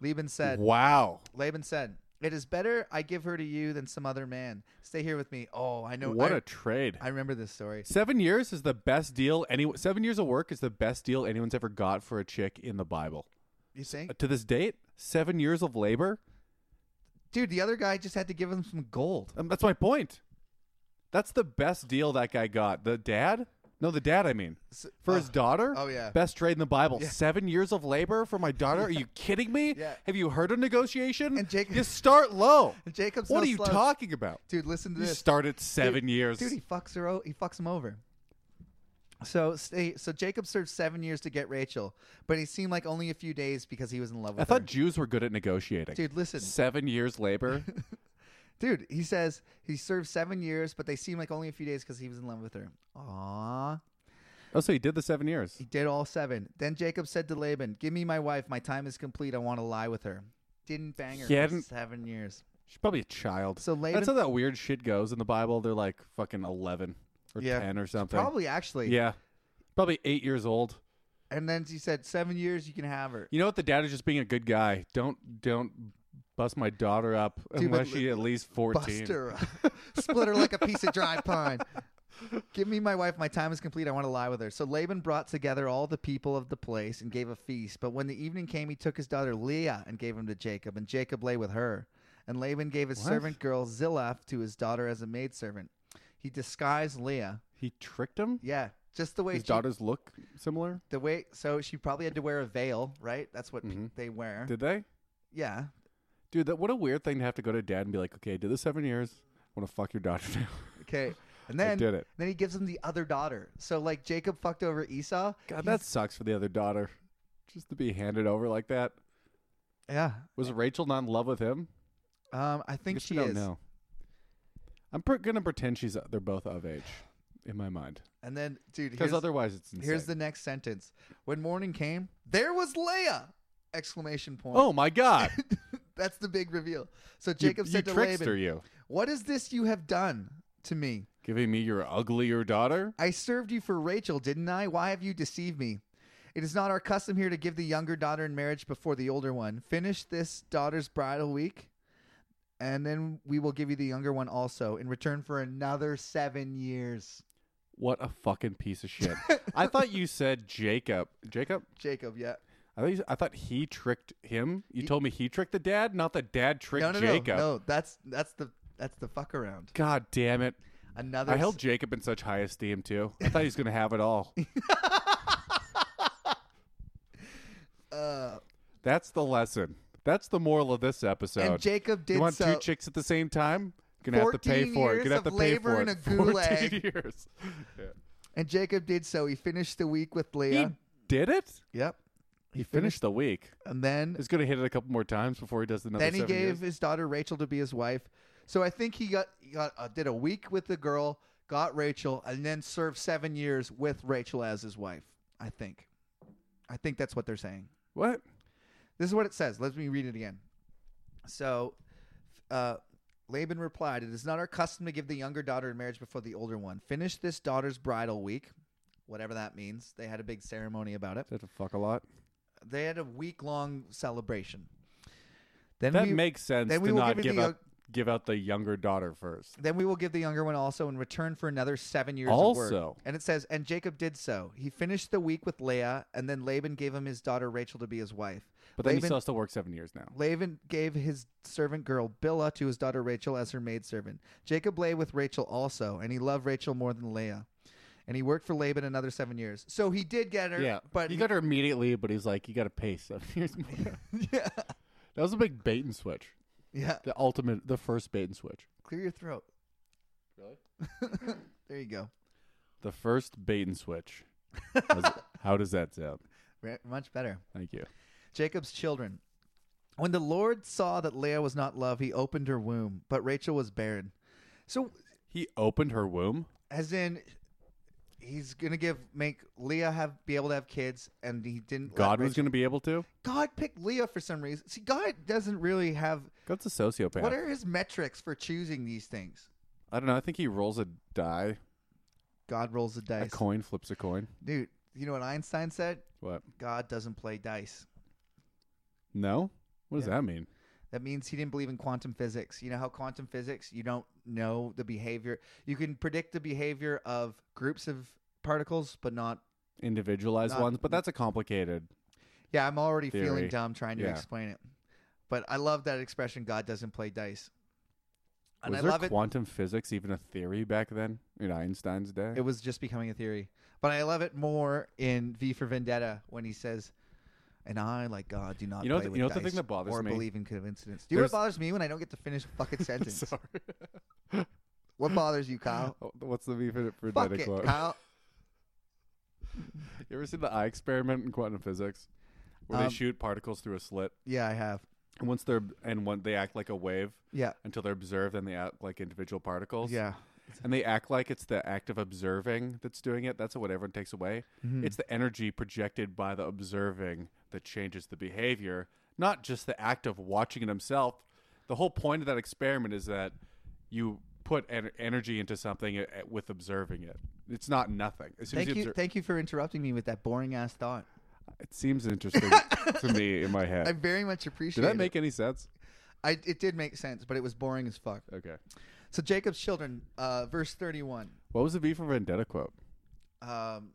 Speaker 2: Laban said,
Speaker 1: wow.
Speaker 2: Laban said, It is better I give her to you than some other man. Stay here with me. Oh, I know.
Speaker 1: what
Speaker 2: I
Speaker 1: a trade.
Speaker 2: I remember this story.
Speaker 1: Seven years is the best deal. Any seven years of work is the best deal anyone's ever got for a chick in the Bible.
Speaker 2: You think?
Speaker 1: To this date, seven years of labor.
Speaker 2: Dude, the other guy just had to give him some gold.
Speaker 1: Um, that's my point. That's the best deal that guy got. The dad? No, the dad. I mean,
Speaker 2: S-
Speaker 1: for his
Speaker 2: oh,
Speaker 1: daughter.
Speaker 2: oh, yeah.
Speaker 1: best trade in the Bible.
Speaker 2: Yeah.
Speaker 1: Seven years of labor for my daughter. Are you kidding me?
Speaker 2: Yeah.
Speaker 1: Have you heard of negotiation?
Speaker 2: And Jacob-
Speaker 1: you start low.
Speaker 2: And Jacob's
Speaker 1: what
Speaker 2: no
Speaker 1: are you
Speaker 2: slouch.
Speaker 1: talking about?
Speaker 2: Dude, listen to
Speaker 1: You
Speaker 2: this.
Speaker 1: start at seven years.
Speaker 2: Dude, he fucks her. O- he fucks him over. So stay. So Jacob served seven years to get Rachel, but he seemed like only a few days because he was in love with
Speaker 1: I thought
Speaker 2: her.
Speaker 1: Jews were good at negotiating.
Speaker 2: Dude, listen,
Speaker 1: Seven years labor.
Speaker 2: dude. He says he served seven years, but they seemed like only a few days because he was in love with her. Aww.
Speaker 1: oh, so he did the seven years.
Speaker 2: He did all seven. Then Jacob said to Laban, "Give me my wife. My time is complete. I want to lie with her." Didn't bang her
Speaker 1: He
Speaker 2: for
Speaker 1: hadn't-
Speaker 2: seven years.
Speaker 1: She's probably a child.
Speaker 2: So Laban
Speaker 1: That's how that weird shit goes in the Bible. They're like fucking eleven or
Speaker 2: Yeah.
Speaker 1: ten or something.
Speaker 2: probably actually.
Speaker 1: Yeah. Probably eight years old.
Speaker 2: And then he said, seven years, you can have her."
Speaker 1: You know what? The dad is just being a good guy. Don't don't bust my daughter up
Speaker 2: Dude,
Speaker 1: unless
Speaker 2: but-
Speaker 1: she at least fourteen.
Speaker 2: bust her up, split her like a piece of dry pine. Give me my wife. My time is complete. I want to lie with her. So Laban brought together all the people of the place and gave a feast. But when the evening came, he took his daughter Leah and gave him to Jacob, and Jacob lay with her. And Laban gave his
Speaker 1: What?
Speaker 2: servant girl Zilaph to his daughter as a maidservant. He disguised Leah.
Speaker 1: He tricked him.
Speaker 2: Yeah, just the way
Speaker 1: His
Speaker 2: she-
Speaker 1: daughters look similar.
Speaker 2: The way so she probably had to wear a veil, right? That's what pe-
Speaker 1: Mhm.
Speaker 2: they wear.
Speaker 1: Did they?
Speaker 2: yeah,
Speaker 1: Dude, that what a weird thing to have to go to dad and be like, okay, I did this seven years. I want to fuck your daughter now.
Speaker 2: okay. And
Speaker 1: I
Speaker 2: then
Speaker 1: did it.
Speaker 2: then he gives him the other daughter. So like Jacob fucked over Esau.
Speaker 1: God, that sucks for the other daughter, just to be handed over like that.
Speaker 2: Yeah,
Speaker 1: Was Rachel not in love with him?
Speaker 2: Um, I think
Speaker 1: guess
Speaker 2: she
Speaker 1: we don't
Speaker 2: is.
Speaker 1: know. I'm per- gonna pretend she's uh, they're both of age, in my mind,
Speaker 2: And then, dude,
Speaker 1: because
Speaker 2: here's,
Speaker 1: otherwise it's insane.
Speaker 2: here's the next sentence. When morning came, there was Leia! Exclamation point.
Speaker 1: oh my god,
Speaker 2: That's the big reveal. So
Speaker 1: You-
Speaker 2: Jacob
Speaker 1: you,
Speaker 2: said to
Speaker 1: trickster
Speaker 2: Laban,
Speaker 1: you.
Speaker 2: "What is this you have done to me?
Speaker 1: Giving me your uglier daughter?
Speaker 2: I served you for Rachel, didn't I? Why have you deceived me? It is not our custom here to give the younger daughter in marriage before the older one. Finish this daughter's bridal week, and then we will give you the younger one also in return for another seven years.
Speaker 1: What a fucking piece of shit. I thought you said Jacob. Jacob?
Speaker 2: Jacob, yeah.
Speaker 1: I thought, you, I thought he tricked him. You told me he tricked the dad, not the dad tricked
Speaker 2: No, no, no,
Speaker 1: Jacob.
Speaker 2: no. That's that's the that's the fuck around.
Speaker 1: God damn it.
Speaker 2: Another.
Speaker 1: I held Jacob in such high esteem, too. I thought he was going to have it all.
Speaker 2: Uh,
Speaker 1: That's the lesson. That's the moral of this episode.
Speaker 2: and Jacob did
Speaker 1: you want
Speaker 2: so.
Speaker 1: two chicks at the same time? Gonna have to pay
Speaker 2: 14
Speaker 1: for it.
Speaker 2: years
Speaker 1: Gonna have to
Speaker 2: of
Speaker 1: pay
Speaker 2: labor
Speaker 1: for
Speaker 2: in
Speaker 1: it.
Speaker 2: a gulag.
Speaker 1: Fourteen years. Yeah.
Speaker 2: and Jacob did so. He finished the week with Leah.
Speaker 1: He did it.
Speaker 2: yep.
Speaker 1: He finished the week.
Speaker 2: And then
Speaker 1: He's gonna hit it a couple more times before he does another.
Speaker 2: then he
Speaker 1: seven
Speaker 2: gave
Speaker 1: years.
Speaker 2: his daughter Rachel to be his wife. So I think he got he got uh, did a week with the girl, got Rachel, and then served seven years with Rachel as his wife. I think, I think that's what they're saying.
Speaker 1: what?
Speaker 2: This is what it says. Let me read it again. So, uh, Laban replied, It is not our custom to give the younger daughter in marriage before the older one. Finish this daughter's bridal week, whatever that means. They had a big ceremony about it.
Speaker 1: Is that to fuck a lot?
Speaker 2: They had a week long celebration. Then
Speaker 1: That
Speaker 2: we,
Speaker 1: makes sense
Speaker 2: then we
Speaker 1: to
Speaker 2: will
Speaker 1: not
Speaker 2: give it
Speaker 1: give
Speaker 2: the, uh,
Speaker 1: out give out the younger daughter first.
Speaker 2: Then we will give the younger one also in return for another seven years of work.
Speaker 1: Also.
Speaker 2: And it says, and Jacob did so. He finished the week with Leah, and then Laban gave him his daughter Rachel to be his wife.
Speaker 1: But then he
Speaker 2: Laban-
Speaker 1: still has to work seven years now.
Speaker 2: Laban gave his servant girl Bilhah to his daughter Rachel as her maidservant. Jacob lay with Rachel also, and he loved Rachel more than Leah. And he worked for Laban another seven years. So he did get her,
Speaker 1: Yeah,
Speaker 2: but
Speaker 1: he
Speaker 2: he-
Speaker 1: got her immediately, but he's like, you got to pay seven years more.
Speaker 2: yeah,
Speaker 1: that was a big bait and switch.
Speaker 2: yeah.
Speaker 1: The ultimate, the first bait and switch.
Speaker 2: Clear your throat.
Speaker 1: Really?
Speaker 2: There you go.
Speaker 1: The first bait and switch. How's- how does that sound?
Speaker 2: Re- much better.
Speaker 1: Thank you.
Speaker 2: Jacob's children. When the Lord saw that Leah was not loved, he opened her womb, but Rachel was barren. So,
Speaker 1: He opened her womb.
Speaker 2: as in, he's gonna give make Leah have be able to have kids, and he didn't. let
Speaker 1: God was
Speaker 2: Rachel-
Speaker 1: going to be able to.
Speaker 2: God picked Leah for some reason. See, God doesn't really have.
Speaker 1: God's a sociopath.
Speaker 2: What are his metrics for choosing these things?
Speaker 1: I don't know. I think he rolls a die.
Speaker 2: God rolls the
Speaker 1: A
Speaker 2: dice,
Speaker 1: coin flips a coin.
Speaker 2: dude. You know what Einstein said?
Speaker 1: What?
Speaker 2: God doesn't play dice.
Speaker 1: No. What does that mean?
Speaker 2: That means he didn't believe in quantum physics. You know how quantum physics, you don't know the behavior. You can predict the behavior of groups of particles, but not.
Speaker 1: Individualized
Speaker 2: Not-
Speaker 1: ones, but that's a complicated.
Speaker 2: Yeah, I'm already feeling
Speaker 1: Theory.
Speaker 2: dumb trying to
Speaker 1: Yeah.
Speaker 2: explain it. But I love that expression, God doesn't play dice. And
Speaker 1: was
Speaker 2: I
Speaker 1: there
Speaker 2: love it.
Speaker 1: quantum physics even a theory back then in Einstein's day?
Speaker 2: It was just becoming a theory. But I love it more in V for Vendetta when he says, and I, like God, do not
Speaker 1: You know
Speaker 2: play
Speaker 1: th-
Speaker 2: with
Speaker 1: you know the
Speaker 2: dice
Speaker 1: thing that bothers
Speaker 2: or
Speaker 1: me?
Speaker 2: believe in coincidence. Do you know what
Speaker 1: There's-
Speaker 2: bothers me when I don't get to finish a fucking sentence?
Speaker 1: Sorry.
Speaker 2: What bothers you, Kyle?
Speaker 1: Oh, What's the beef for for
Speaker 2: Fuck
Speaker 1: Data
Speaker 2: it,
Speaker 1: quote?
Speaker 2: Kyle.
Speaker 1: You ever seen the eye experiment in quantum physics, where
Speaker 2: Um,
Speaker 1: they shoot particles through a slit,
Speaker 2: Yeah, I have.
Speaker 1: and once they're and one they act like a wave
Speaker 2: Yeah.
Speaker 1: until they're observed, and they act like individual particles.
Speaker 2: Yeah.
Speaker 1: and they act like it's the act of observing that's doing it. That's what everyone takes away.
Speaker 2: Mm-hmm.
Speaker 1: It's the energy projected by the observing that changes the behavior, not just the act of watching it himself. The whole point of that experiment is that you put en- energy into something uh, uh, with observing it. It's not nothing. As soon
Speaker 2: Thank
Speaker 1: as you
Speaker 2: you.
Speaker 1: obser-
Speaker 2: Thank you for interrupting me with that boring ass thought.
Speaker 1: it seems interesting to me in my head.
Speaker 2: I very much appreciate
Speaker 1: Did that
Speaker 2: it.
Speaker 1: make any sense?
Speaker 2: I, it did make sense, but it was boring as fuck.
Speaker 1: Okay.
Speaker 2: So Jacob's children, uh, verse thirty-one.
Speaker 1: What was the V for Vendetta quote?
Speaker 2: Um,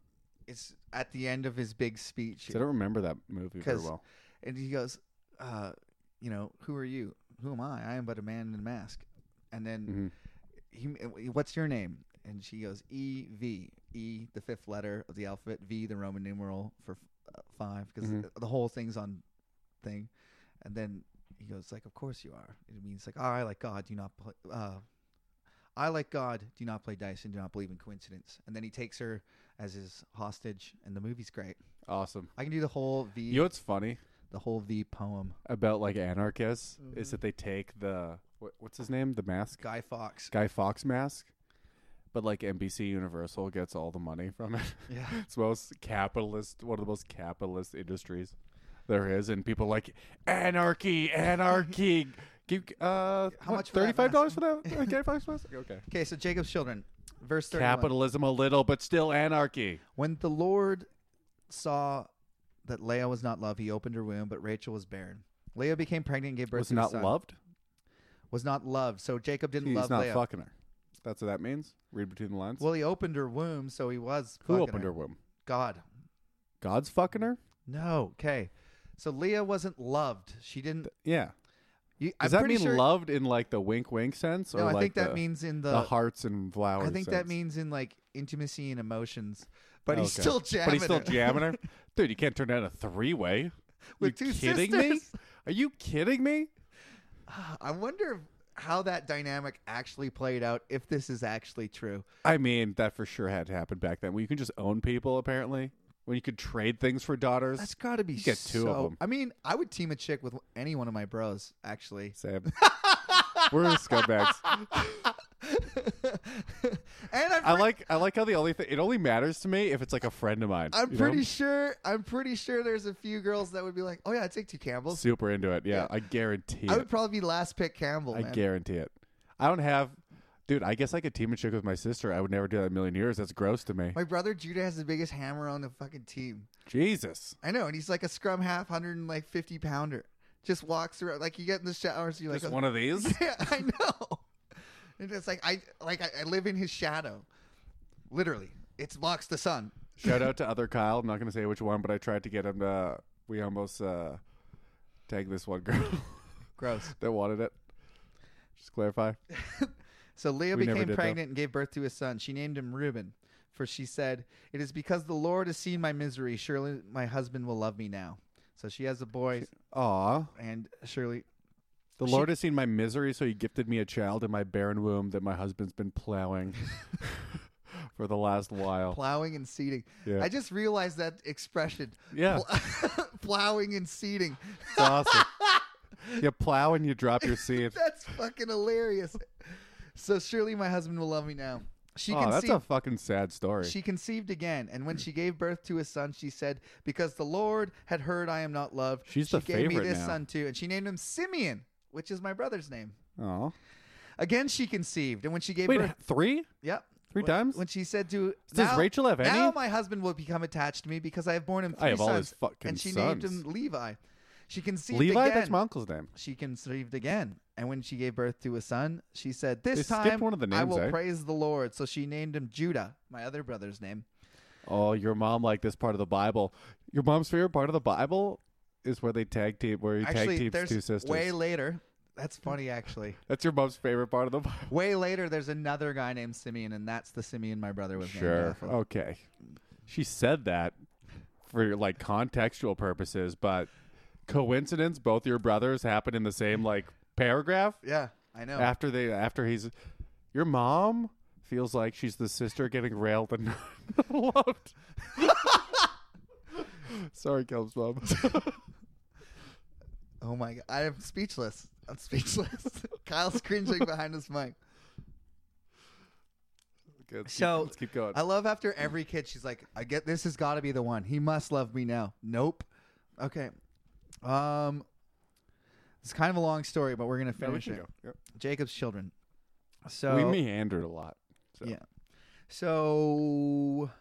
Speaker 2: it's at the end of his big speech.
Speaker 1: 'Cause I don't remember that movie very
Speaker 2: 'Cause-
Speaker 1: well.
Speaker 2: and he goes, uh, you know, who are you? Who am I? I am but a man in a mask. And
Speaker 1: Mm-hmm.
Speaker 2: then he, what's your name? And she goes, E V E, the fifth letter of the alphabet, V, the Roman numeral for f- uh, five, because
Speaker 1: Mhm.
Speaker 2: the whole thing's on thing. And then he goes, like, of course you are. It means like, I like God, do not play. Uh, I like God, do not play dice, and do not believe in coincidence. And then he takes her as his hostage, and the movie's great.
Speaker 1: Awesome.
Speaker 2: I can do the whole V,
Speaker 1: You know what's funny?
Speaker 2: the whole V poem.
Speaker 1: about like anarchists
Speaker 2: Mm-hmm.
Speaker 1: is that they take the what, what's his name the mask
Speaker 2: Guy Fox.
Speaker 1: Guy Fox mask, but like NBC Universal gets all the money from it.
Speaker 2: Yeah.
Speaker 1: it's the most capitalist one of the most capitalist industries there is, and people like anarchy, anarchy. Give, uh,
Speaker 2: How much for that
Speaker 1: Thirty five dollars for
Speaker 2: mask?
Speaker 1: that uh, Guy Fox mask? Okay,
Speaker 2: Okay, so Jacob's children. verse 31.
Speaker 1: Capitalism a little, but still anarchy.
Speaker 2: When the Lord saw that Leah was not loved, he opened her womb, but Rachel was barren. Leah became pregnant and gave birth
Speaker 1: Was
Speaker 2: to a
Speaker 1: not
Speaker 2: son.
Speaker 1: loved.
Speaker 2: Was not loved. So Jacob didn't
Speaker 1: He's
Speaker 2: love
Speaker 1: not
Speaker 2: Leah.
Speaker 1: fucking her. That's what that means. Read between the lines.
Speaker 2: Well, he opened her womb, so he was.
Speaker 1: Who
Speaker 2: fucking
Speaker 1: opened her womb?
Speaker 2: God.
Speaker 1: God's fucking her.
Speaker 2: No. Okay. So Leah wasn't loved. She didn't.
Speaker 1: Yeah.
Speaker 2: You,
Speaker 1: Does
Speaker 2: I'm
Speaker 1: that
Speaker 2: pretty
Speaker 1: mean
Speaker 2: sure,
Speaker 1: loved in like the wink wink sense, or
Speaker 2: No, I
Speaker 1: like
Speaker 2: think that
Speaker 1: the,
Speaker 2: means in
Speaker 1: the,
Speaker 2: the.
Speaker 1: hearts and flowers?
Speaker 2: I think that means in like intimacy and emotions. But he's
Speaker 1: Okay.
Speaker 2: still jamming.
Speaker 1: But he's still
Speaker 2: her.
Speaker 1: jamming her, dude. You can't turn down a three way.
Speaker 2: With
Speaker 1: you
Speaker 2: two
Speaker 1: kidding
Speaker 2: sisters?
Speaker 1: me? Are you kidding me?
Speaker 2: I wonder how that dynamic actually played out. If this is actually true.
Speaker 1: I mean, that for sure had to happen back then. When you can just own people, apparently, when you could trade things for daughters.
Speaker 2: That's got to be
Speaker 1: get two of
Speaker 2: so-
Speaker 1: them.
Speaker 2: I mean, I would team a chick with any one of my bros. Actually,
Speaker 1: Sam, we're scumbags.
Speaker 2: and I'm,
Speaker 1: I
Speaker 2: pre-
Speaker 1: like I like how the only thing it only matters to me if it's like a friend of mine.
Speaker 2: I'm
Speaker 1: you
Speaker 2: pretty
Speaker 1: know?
Speaker 2: sure. I'm pretty sure there's a few girls that would be like, "Oh yeah, I take two Campbells."
Speaker 1: super into it. Yeah,
Speaker 2: Yeah.
Speaker 1: I guarantee
Speaker 2: I
Speaker 1: it.
Speaker 2: would probably be last pick Campbell.
Speaker 1: I
Speaker 2: man.
Speaker 1: guarantee it. I don't have, dude. I guess I could team a chick with my sister. I would never do that in a million years. That's gross to me.
Speaker 2: my brother Judah has the biggest hammer on the fucking team.
Speaker 1: Jesus,
Speaker 2: I know, and he's like a scrum half, hundred and like fifty pounder. Just walks around like you get in the showers. You like
Speaker 1: just
Speaker 2: "Oh,
Speaker 1: one of these.
Speaker 2: yeah, I know. And it's like I like I, I live in his shadow, literally. It blocks the sun.
Speaker 1: Shout out to other Kyle. I'm not going to say which one, but I tried to get him to. We almost uh, tagged this one girl
Speaker 2: Gross.
Speaker 1: that wanted it. Just clarify.
Speaker 2: So Leah
Speaker 1: We never
Speaker 2: became
Speaker 1: did, though.
Speaker 2: pregnant and gave birth to a son. She named him Reuben, for she said, "It is because the Lord has seen my misery. Surely my husband will love me now." So she has a boy,
Speaker 1: Aw,
Speaker 2: and surely
Speaker 1: the
Speaker 2: She-
Speaker 1: Lord has seen my misery, so He gifted me a child in my barren womb that my husband's been plowing for the last while.
Speaker 2: plowing and seeding.
Speaker 1: Yeah.
Speaker 2: I just realized that expression,
Speaker 1: Yeah,
Speaker 2: Pl- plowing and seeding.
Speaker 1: it's awesome. You plow and you drop your seed.
Speaker 2: That's fucking hilarious. So surely my husband will love me now. She
Speaker 1: Oh, that's
Speaker 2: conceived
Speaker 1: a fucking sad story.
Speaker 2: She conceived again, and
Speaker 1: Hmm.
Speaker 2: when she gave birth to a son, she said, "Because the Lord had heard I am not loved,
Speaker 1: She's
Speaker 2: she
Speaker 1: the
Speaker 2: gave me
Speaker 1: favorite
Speaker 2: this
Speaker 1: now.
Speaker 2: son too." And she named him Simeon, which is my brother's name.
Speaker 1: Oh,
Speaker 2: Again, she conceived, and when she gave
Speaker 1: wait,
Speaker 2: birth,
Speaker 1: three?
Speaker 2: yep,
Speaker 1: three
Speaker 2: when,
Speaker 1: times?
Speaker 2: when she said to
Speaker 1: Does
Speaker 2: now,
Speaker 1: Rachel have
Speaker 2: Now
Speaker 1: any?
Speaker 2: my husband will become attached to me because I have borne him three
Speaker 1: I have all his
Speaker 2: sons."
Speaker 1: fucking
Speaker 2: and she named him
Speaker 1: sons.
Speaker 2: Levi. She conceived
Speaker 1: Levi?
Speaker 2: again.
Speaker 1: That's my uncle's name.
Speaker 2: She conceived again, and when she gave birth to a son, she said, "This
Speaker 1: They skipped
Speaker 2: time
Speaker 1: one of the
Speaker 2: I
Speaker 1: names,
Speaker 2: will
Speaker 1: eh?
Speaker 2: praise the Lord." So she named him Judah, my other brother's name.
Speaker 1: Oh, your mom liked this part of the Bible. Your mom's favorite part of the Bible is where they tag team, where you tag
Speaker 2: actually,
Speaker 1: teams
Speaker 2: there's
Speaker 1: two sisters.
Speaker 2: way later. That's funny, actually.
Speaker 1: That's your mom's favorite part of the Bible.
Speaker 2: Way later, there's another guy named Simeon, and that's the Simeon my brother was named
Speaker 1: Sure. Oh.
Speaker 2: after.
Speaker 1: Okay. She said that for like contextual purposes, but coincidence both your brothers happen in the same like paragraph
Speaker 2: Yeah, I know.
Speaker 1: after they after he's your mom feels like she's the sister getting railed and not loved. Sorry, Kelp's mom.
Speaker 2: oh my god, I am speechless. I'm speechless. Kyle's cringing behind his mic.
Speaker 1: Okay, let's keep-
Speaker 2: So,
Speaker 1: let's keep going.
Speaker 2: I love after every kid, she's like, "I get this has got to be the one. He must love me now." Nope. Okay. Um, it's kind of a long story, but we're gonna
Speaker 1: No, we
Speaker 2: finish
Speaker 1: can
Speaker 2: it.
Speaker 1: go. Yep.
Speaker 2: Jacob's children. So
Speaker 1: we meandered a lot. So.
Speaker 2: yeah. So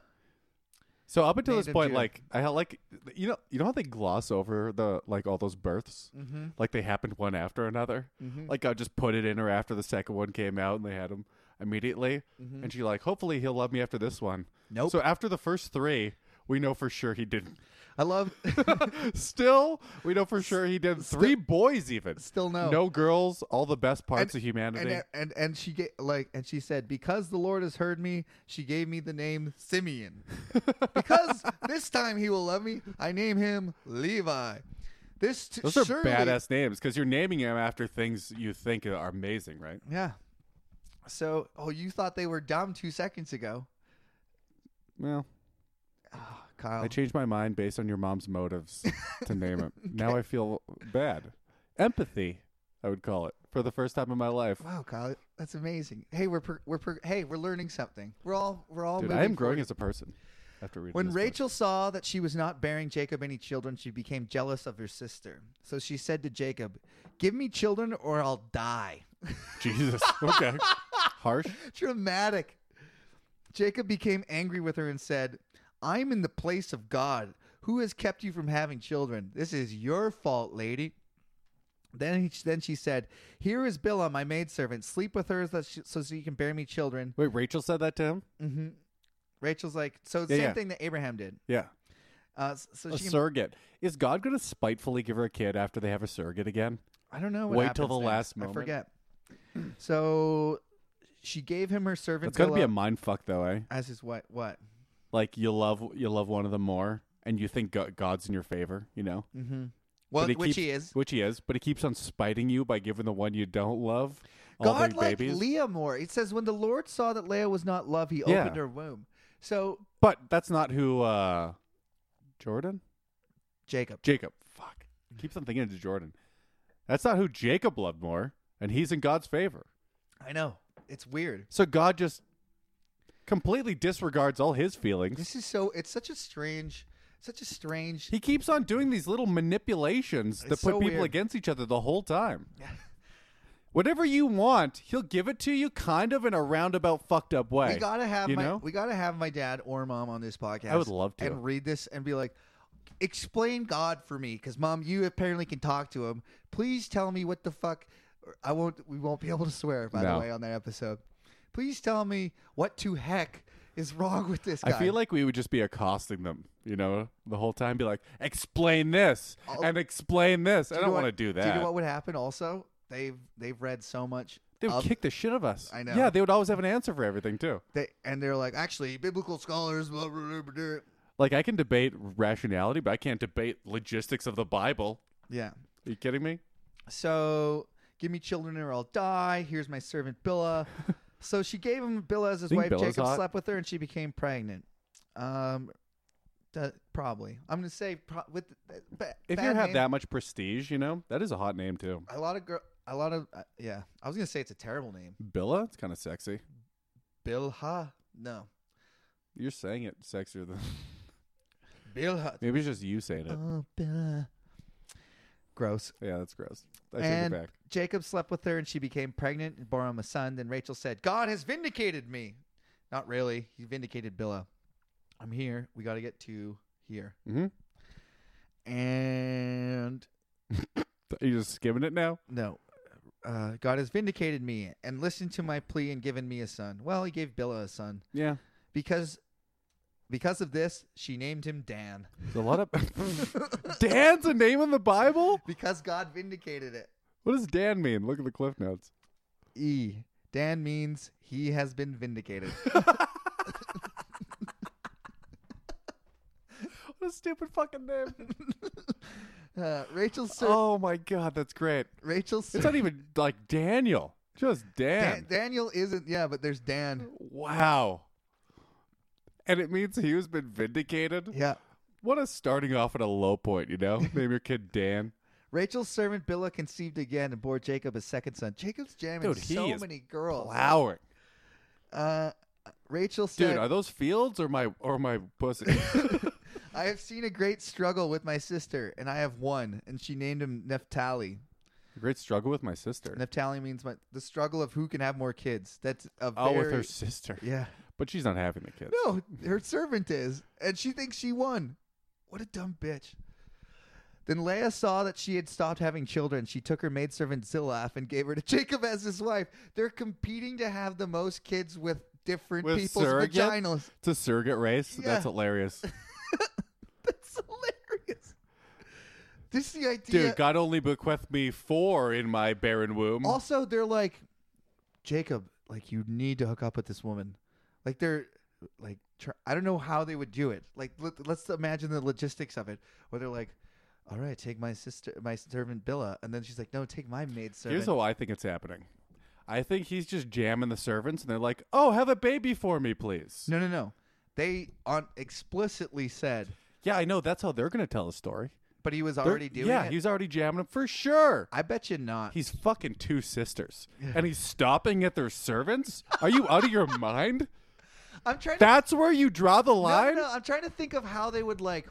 Speaker 1: So up until this
Speaker 2: Native
Speaker 1: point,
Speaker 2: Judah.
Speaker 1: like I had like you know you know how they gloss over the like all those births,
Speaker 2: mhm.
Speaker 1: like they happened one after another.
Speaker 2: Mhm.
Speaker 1: Like I just put it in her after the second one came out, and they had him immediately. And she like, hopefully he'll love me after this one.
Speaker 2: Mm-hmm. Nope.
Speaker 1: So after the first three, we know for sure he didn't.
Speaker 2: I love
Speaker 1: Still, we know for sure he did three boys even.
Speaker 2: Still no.
Speaker 1: No girls, all the best parts
Speaker 2: And-
Speaker 1: of humanity.
Speaker 2: and uh, and and she get like and she said because the Lord has heard me, she gave me the name Simeon. because this time he will love me, I name him Levi. This t-
Speaker 1: Those are
Speaker 2: surely-
Speaker 1: badass names because you're naming them after things you think are amazing, right?
Speaker 2: Yeah. So, oh, you thought they were dumb two seconds ago,
Speaker 1: Well,
Speaker 2: Ah, Kyle?
Speaker 1: I changed my mind based on your mom's motives to name it. Now I feel bad. Empathy, I would call it, for the first time in my life.
Speaker 2: wow, Kyle, that's amazing. Hey, we're per- we're per- hey, we're learning something. We're all we're all.
Speaker 1: Dude,
Speaker 2: moving
Speaker 1: I am growing
Speaker 2: forward.
Speaker 1: as a person after reading
Speaker 2: When
Speaker 1: this book.
Speaker 2: Rachel saw that she was not bearing Jacob any children, she became jealous of her sister. So she said to Jacob, Give me children or I'll die.
Speaker 1: Jesus. Okay. Harsh.
Speaker 2: Dramatic. Jacob became angry with her and said, I'm in the place of God. Who has kept you from having children? This is your fault, lady. Then, he, then she said, Here is Billah, my maidservant. Sleep with her so that she, so she can bear me children.
Speaker 1: Wait, Rachel said that to him.
Speaker 2: hmm Rachel's like, So it's
Speaker 1: Yeah,
Speaker 2: the same
Speaker 1: yeah.
Speaker 2: thing that Abraham did.
Speaker 1: Yeah,
Speaker 2: Uh, s- so
Speaker 1: a
Speaker 2: she,
Speaker 1: surrogate. Is God going to spitefully give her a kid after they have a surrogate again?
Speaker 2: I don't know. What
Speaker 1: Wait till
Speaker 2: happens
Speaker 1: the
Speaker 2: next.
Speaker 1: last moment.
Speaker 2: I forget. So she gave him her servant.
Speaker 1: It's got to be
Speaker 2: Bilhah
Speaker 1: a mind fuck though, eh?
Speaker 2: as his what? What?
Speaker 1: Like you love you love one of them more, and you think Go- God's in your favor, you know?
Speaker 2: Mm-hmm. Well,
Speaker 1: But he
Speaker 2: which
Speaker 1: keeps-
Speaker 2: he is.
Speaker 1: which he is, but he keeps on spiting you by giving the one you don't love all
Speaker 2: God
Speaker 1: their
Speaker 2: liked
Speaker 1: babies.
Speaker 2: Leah more. It says when the Lord saw that Leah was not love, he
Speaker 1: Yeah.
Speaker 2: opened her womb. So
Speaker 1: but that's not who uh Jordan?
Speaker 2: Jacob.
Speaker 1: Jacob. Fuck. I keep on thinking it's Jordan. That's not who Jacob loved more, and he's in God's favor.
Speaker 2: I know. It's weird.
Speaker 1: So God just completely disregards all his feelings.
Speaker 2: This is so it's such a strange such a strange
Speaker 1: He keeps on doing these little manipulations that
Speaker 2: It's
Speaker 1: put
Speaker 2: so
Speaker 1: people
Speaker 2: weird.
Speaker 1: against each other the whole time. Whatever you want, he'll give it to you kind of in a roundabout fucked up way.
Speaker 2: we gotta have
Speaker 1: you
Speaker 2: my
Speaker 1: know?
Speaker 2: we gotta have my dad or mom on this podcast.
Speaker 1: I would love to.
Speaker 2: and read this and be like, explain God for me, because mom, you apparently can talk to him. Please tell me what the fuck. I won't. We won't be able to swear by
Speaker 1: No.
Speaker 2: the way on that episode. Please tell me what to heck is wrong with this guy.
Speaker 1: I feel like we would just be accosting them, you know, the whole time. Be like, explain this
Speaker 2: I'll-
Speaker 1: and explain this. I
Speaker 2: you
Speaker 1: don't
Speaker 2: know
Speaker 1: want to
Speaker 2: what-
Speaker 1: do
Speaker 2: Oh. Do
Speaker 1: that.
Speaker 2: you know what would happen? Also, they've they've read so much.
Speaker 1: they would
Speaker 2: of-
Speaker 1: kick the shit out of us.
Speaker 2: I know.
Speaker 1: Yeah, they would always have an answer for everything too.
Speaker 2: they, and they're like, actually, biblical scholars. Blah, blah, blah, blah, blah.
Speaker 1: Like I can debate rationality, but I can't debate logistics of the Bible.
Speaker 2: Yeah.
Speaker 1: Are you kidding me?
Speaker 2: So give me children or I'll die. Here's my servant Billah. so she gave him Billah as his
Speaker 1: Think
Speaker 2: wife.
Speaker 1: Billah's
Speaker 2: Jacob
Speaker 1: hot?
Speaker 2: slept with her and she became pregnant. Um, that- probably. I'm gonna say pro- with but
Speaker 1: If you
Speaker 2: bad
Speaker 1: have
Speaker 2: name,
Speaker 1: that much prestige, you know that is a hot name too.
Speaker 2: a lot of girl, a lot of uh, yeah. I was gonna say it's a terrible name.
Speaker 1: Billa, it's kind of sexy.
Speaker 2: Bilha. No,
Speaker 1: You're saying it sexier than
Speaker 2: Bilha.
Speaker 1: maybe it's just you saying it.
Speaker 2: Oh, Billah. Gross.
Speaker 1: Yeah, that's gross. I take
Speaker 2: and
Speaker 1: it back.
Speaker 2: Jacob slept with her, and she became pregnant and bore him a son. Then Rachel said, "God has vindicated me." Not really. He vindicated Billah. I'm here. We got to get to here.
Speaker 1: hmm
Speaker 2: And
Speaker 1: Are you just skimming it now?
Speaker 2: no, uh, God has vindicated me and listened to my plea and given me a son. Well, he gave Billah a son
Speaker 1: Yeah,
Speaker 2: because because of this, she named him Dan.
Speaker 1: There's a lot of Dan's a name in the Bible.
Speaker 2: Because God vindicated it.
Speaker 1: What does Dan mean? Look at the cliff notes.
Speaker 2: E. Dan means he has been vindicated.
Speaker 1: What a stupid fucking name.
Speaker 2: Uh, Rachel. Ser-
Speaker 1: oh my god, that's great.
Speaker 2: Rachel. Ser-
Speaker 1: It's not even like Daniel. Just Dan.
Speaker 2: Dan- Daniel isn't. Yeah, but there's Dan.
Speaker 1: Wow. And it means he has been vindicated.
Speaker 2: Yeah.
Speaker 1: What a starting off at a low point, you know? Name your kid Dan.
Speaker 2: Rachel's servant Billah conceived again and bore Jacob a second son. Jacob's jamming
Speaker 1: Dude, he
Speaker 2: so
Speaker 1: is
Speaker 2: many girls.
Speaker 1: Plowing.
Speaker 2: Uh, Rachel
Speaker 1: Dude,
Speaker 2: said,
Speaker 1: are those fields or my or my pussy?
Speaker 2: I have seen a great struggle with my sister, and I have won. And she named him Neftali.
Speaker 1: Great struggle with my sister.
Speaker 2: Neftali means my, the struggle of who can have more kids. That's a
Speaker 1: Oh, with her
Speaker 2: very-
Speaker 1: sister.
Speaker 2: Yeah.
Speaker 1: But she's not having the kids.
Speaker 2: No, her servant is, and she thinks she won. What a dumb bitch. Then Leah saw that she had stopped having children. She took her maidservant Zilaph and gave her to Jacob as his wife. They're competing to have the most kids with different
Speaker 1: With
Speaker 2: people's
Speaker 1: surrogate?
Speaker 2: vaginas.
Speaker 1: It's a surrogate race.
Speaker 2: Yeah.
Speaker 1: That's hilarious.
Speaker 2: That's hilarious. This is the idea.
Speaker 1: Dude, God only bequeathed me four in my barren womb.
Speaker 2: also, they're like, Jacob, like you need to hook up with this woman. Like they're like tr- I don't know how they would do it. Like let, let's imagine the logistics of it. Where they're like, all right, take my sister, my servant Billa, and then she's like, no, take my maid servant.
Speaker 1: Here's how I think it's happening. I think he's just jamming the servants, and they're like, "Oh, have a baby for me, please."
Speaker 2: no, no, no. They on explicitly said,
Speaker 1: Yeah, I know. That's how they're gonna tell the story.
Speaker 2: but he was
Speaker 1: They're-
Speaker 2: already doing
Speaker 1: Yeah,
Speaker 2: it.
Speaker 1: he's already jamming them for sure.
Speaker 2: I bet you not.
Speaker 1: He's fucking two sisters, and he's stopping at their servants. Are you out of your mind?
Speaker 2: I'm trying to.
Speaker 1: That's where you draw the
Speaker 2: No, no,
Speaker 1: line,
Speaker 2: no, I'm trying to think of how they would like,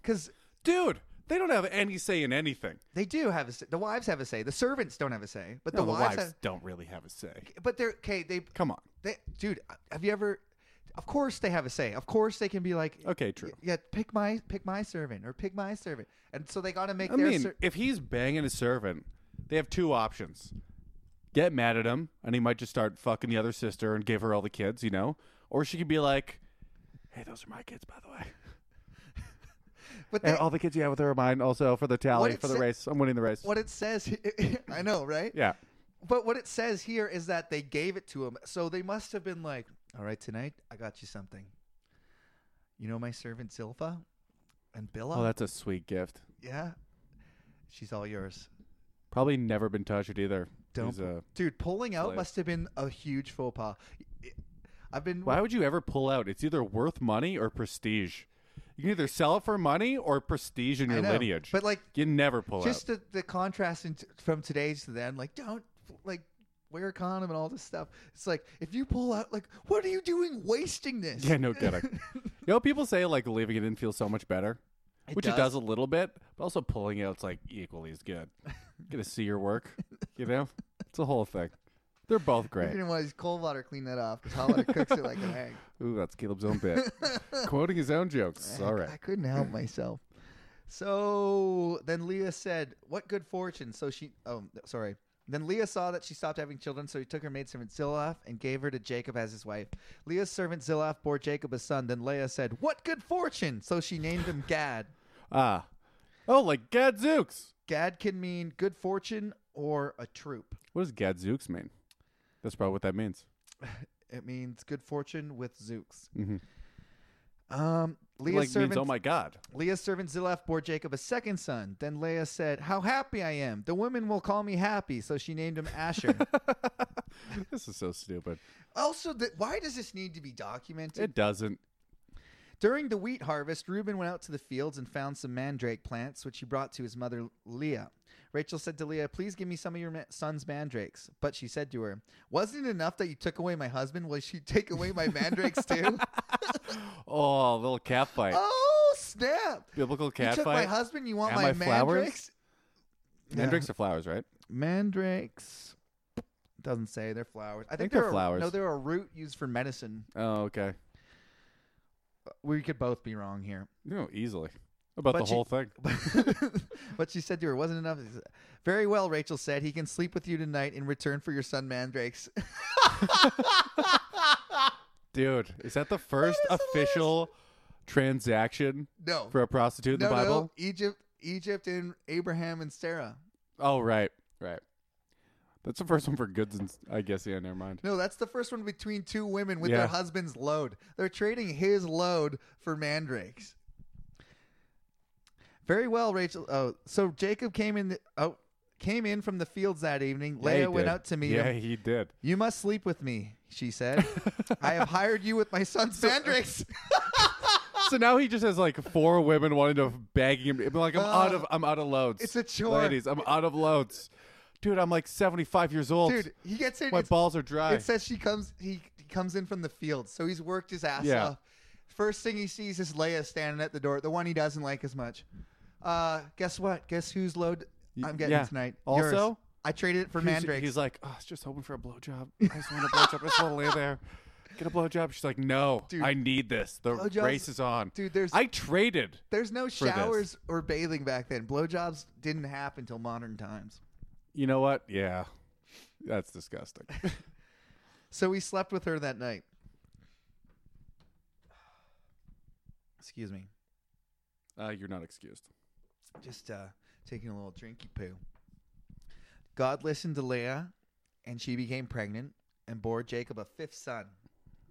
Speaker 2: because
Speaker 1: dude. They don't have any say in anything.
Speaker 2: they do have a say. The wives have a say. The servants don't have a say, but
Speaker 1: No,
Speaker 2: the wives. have,
Speaker 1: don't really have a say.
Speaker 2: but they're okay. They
Speaker 1: Come on,
Speaker 2: They, dude, have you ever? Of course they have a say. Of course they can be like,
Speaker 1: Okay, true.
Speaker 2: yeah, pick my pick my servant or pick my servant, and so they got to make
Speaker 1: I
Speaker 2: their
Speaker 1: mean,
Speaker 2: ser-
Speaker 1: if he's banging a servant, they have two options: get mad at him, and he might just start fucking the other sister and give her all the kids, you know, or she could be like, "Hey, those are my kids, by the way.
Speaker 2: but
Speaker 1: And
Speaker 2: they,
Speaker 1: all the kids you have with her are mine. Also for the tally
Speaker 2: it
Speaker 1: for the
Speaker 2: sa-
Speaker 1: race, I'm winning the race."
Speaker 2: what it says, I know, right?
Speaker 1: Yeah,
Speaker 2: But what it says here is that they gave it to him. So they must have been like, all right, tonight I got you something. You know my servant Zilpha and Billa?
Speaker 1: Oh, that's a sweet gift.
Speaker 2: yeah. She's all yours.
Speaker 1: Probably never been touched either.
Speaker 2: Don't-
Speaker 1: He's a-
Speaker 2: Dude, pulling out
Speaker 1: uh, Slave.
Speaker 2: must have been a huge faux pas. I've been
Speaker 1: why would you ever pull out? It's either worth money or prestige. You can either sell it for money or prestige in
Speaker 2: I
Speaker 1: your
Speaker 2: know,
Speaker 1: lineage.
Speaker 2: But like
Speaker 1: you never pull
Speaker 2: just
Speaker 1: out.
Speaker 2: the, the contrast in t- from today's to then, like don't like wear a condom and all this stuff. It's like if you pull out like what are you doing wasting this?
Speaker 1: Yeah, no kidding. you know, people say like leaving it in feels so much better,
Speaker 2: It
Speaker 1: which it
Speaker 2: does.
Speaker 1: does a little bit, but also pulling out's like equally as good. Get to see your work. You know, it's a whole thing. They're both
Speaker 2: You
Speaker 1: great.
Speaker 2: didn't want his cold water clean that off because hot water cooks it like an egg.
Speaker 1: Ooh, that's Caleb's own bit, quoting his own jokes.
Speaker 2: I-
Speaker 1: All
Speaker 2: I
Speaker 1: right.
Speaker 2: couldn't help myself. So then Leah said, What good fortune. So she, oh, no, sorry. Then Leah saw that she stopped having children, so he took her maidservant Zilaph and gave her to Jacob as his wife. Leah's servant Zilaph bore Jacob a son. Then Leah said, What good fortune. So she named him Gad.
Speaker 1: Ah, oh, like gadzooks.
Speaker 2: Gad can mean good fortune or a troop.
Speaker 1: What does gadzooks mean? That's probably what that means.
Speaker 2: It means good fortune with Zooks.
Speaker 1: Mhm.
Speaker 2: Um, Leah's
Speaker 1: like
Speaker 2: servant
Speaker 1: means oh my god.
Speaker 2: Leah's servant Zilph bore Jacob a second son. Then Leah said, How happy I am. The women will call me happy. So she named him Asher.
Speaker 1: This is so stupid.
Speaker 2: also, th- why does this need to be documented?
Speaker 1: It doesn't.
Speaker 2: During the wheat harvest, Reuben went out to the fields and found some mandrake plants, which he brought to his mother Leah. Rachel said to Leah, Please give me some of your ma- son's mandrakes. But she said to her, Wasn't it enough that you took away my husband? Will she take away my mandrakes too?
Speaker 1: Oh, little cat fight.
Speaker 2: oh, snap.
Speaker 1: Biblical
Speaker 2: you
Speaker 1: cat
Speaker 2: took my
Speaker 1: fight.
Speaker 2: husband, you want
Speaker 1: and
Speaker 2: my
Speaker 1: my flowers?
Speaker 2: mandrakes?
Speaker 1: Mandrakes are flowers, right?
Speaker 2: mandrakes doesn't say they're flowers. I think,
Speaker 1: think they're
Speaker 2: a-
Speaker 1: flowers.
Speaker 2: No, they're a root used for medicine.
Speaker 1: Oh, okay.
Speaker 2: We could both be wrong here.
Speaker 1: No, easily. About
Speaker 2: But
Speaker 1: the
Speaker 2: you-
Speaker 1: whole thing.
Speaker 2: but she said to her, wasn't enough. Very well, Rachel said. He can sleep with you tonight in return for your son Mandrakes.
Speaker 1: Dude, is that the first
Speaker 2: is hilarious.
Speaker 1: official transaction
Speaker 2: no.
Speaker 1: for a prostitute in
Speaker 2: no,
Speaker 1: the Bible?
Speaker 2: no. Egypt Egypt and Abraham and Sarah.
Speaker 1: Oh, right. Right. That's the first one for goods and s- I guess yeah, never mind.
Speaker 2: No, that's the first one between two women with
Speaker 1: Yeah.
Speaker 2: their husband's load. They're trading his load for mandrakes. Very well, Rachel. Oh, so Jacob came in. The, oh, came in from the fields that evening.
Speaker 1: Yeah, he
Speaker 2: Leah went
Speaker 1: did.
Speaker 2: out to meet
Speaker 1: Yeah,
Speaker 2: him.
Speaker 1: he did.
Speaker 2: You must sleep with me, she said. I have hired you with my son's mandrakes.
Speaker 1: So now he just has like four women wanting to begging him. I'm like, I'm
Speaker 2: Uh,
Speaker 1: out of, I'm out of loads.
Speaker 2: it's a chore.
Speaker 1: ladies. I'm out of loads, dude. I'm like 75 years old.
Speaker 2: Dude, he gets in.
Speaker 1: my
Speaker 2: it's-
Speaker 1: balls are dry.
Speaker 2: It says she comes. He, he comes in from the field, so he's worked his ass
Speaker 1: Yeah.
Speaker 2: off. First thing he sees is Leia standing at the door, the one he doesn't like as much. Uh, guess what? Guess whose load
Speaker 1: Y-
Speaker 2: I'm getting
Speaker 1: yeah.
Speaker 2: tonight?
Speaker 1: Also,
Speaker 2: Yours. I traded it for
Speaker 1: he's,
Speaker 2: Mandrake.
Speaker 1: he's like, oh, I was just hoping for a blowjob. I just want a blowjob. I just want to lay there, get a blowjob. She's like, no,
Speaker 2: Dude,
Speaker 1: I need this. The
Speaker 2: blowjobs-
Speaker 1: race is on.
Speaker 2: Dude, there's
Speaker 1: I traded.
Speaker 2: there's no
Speaker 1: this.
Speaker 2: showers or bathing back then. Blowjobs didn't happen till modern times.
Speaker 1: You know what? Yeah, that's disgusting.
Speaker 2: So he slept with her that night. Excuse me.
Speaker 1: uh, you're not excused.
Speaker 2: just uh, taking a little drinky poo. God listened to Leah, and she became pregnant and bore Jacob a fifth son.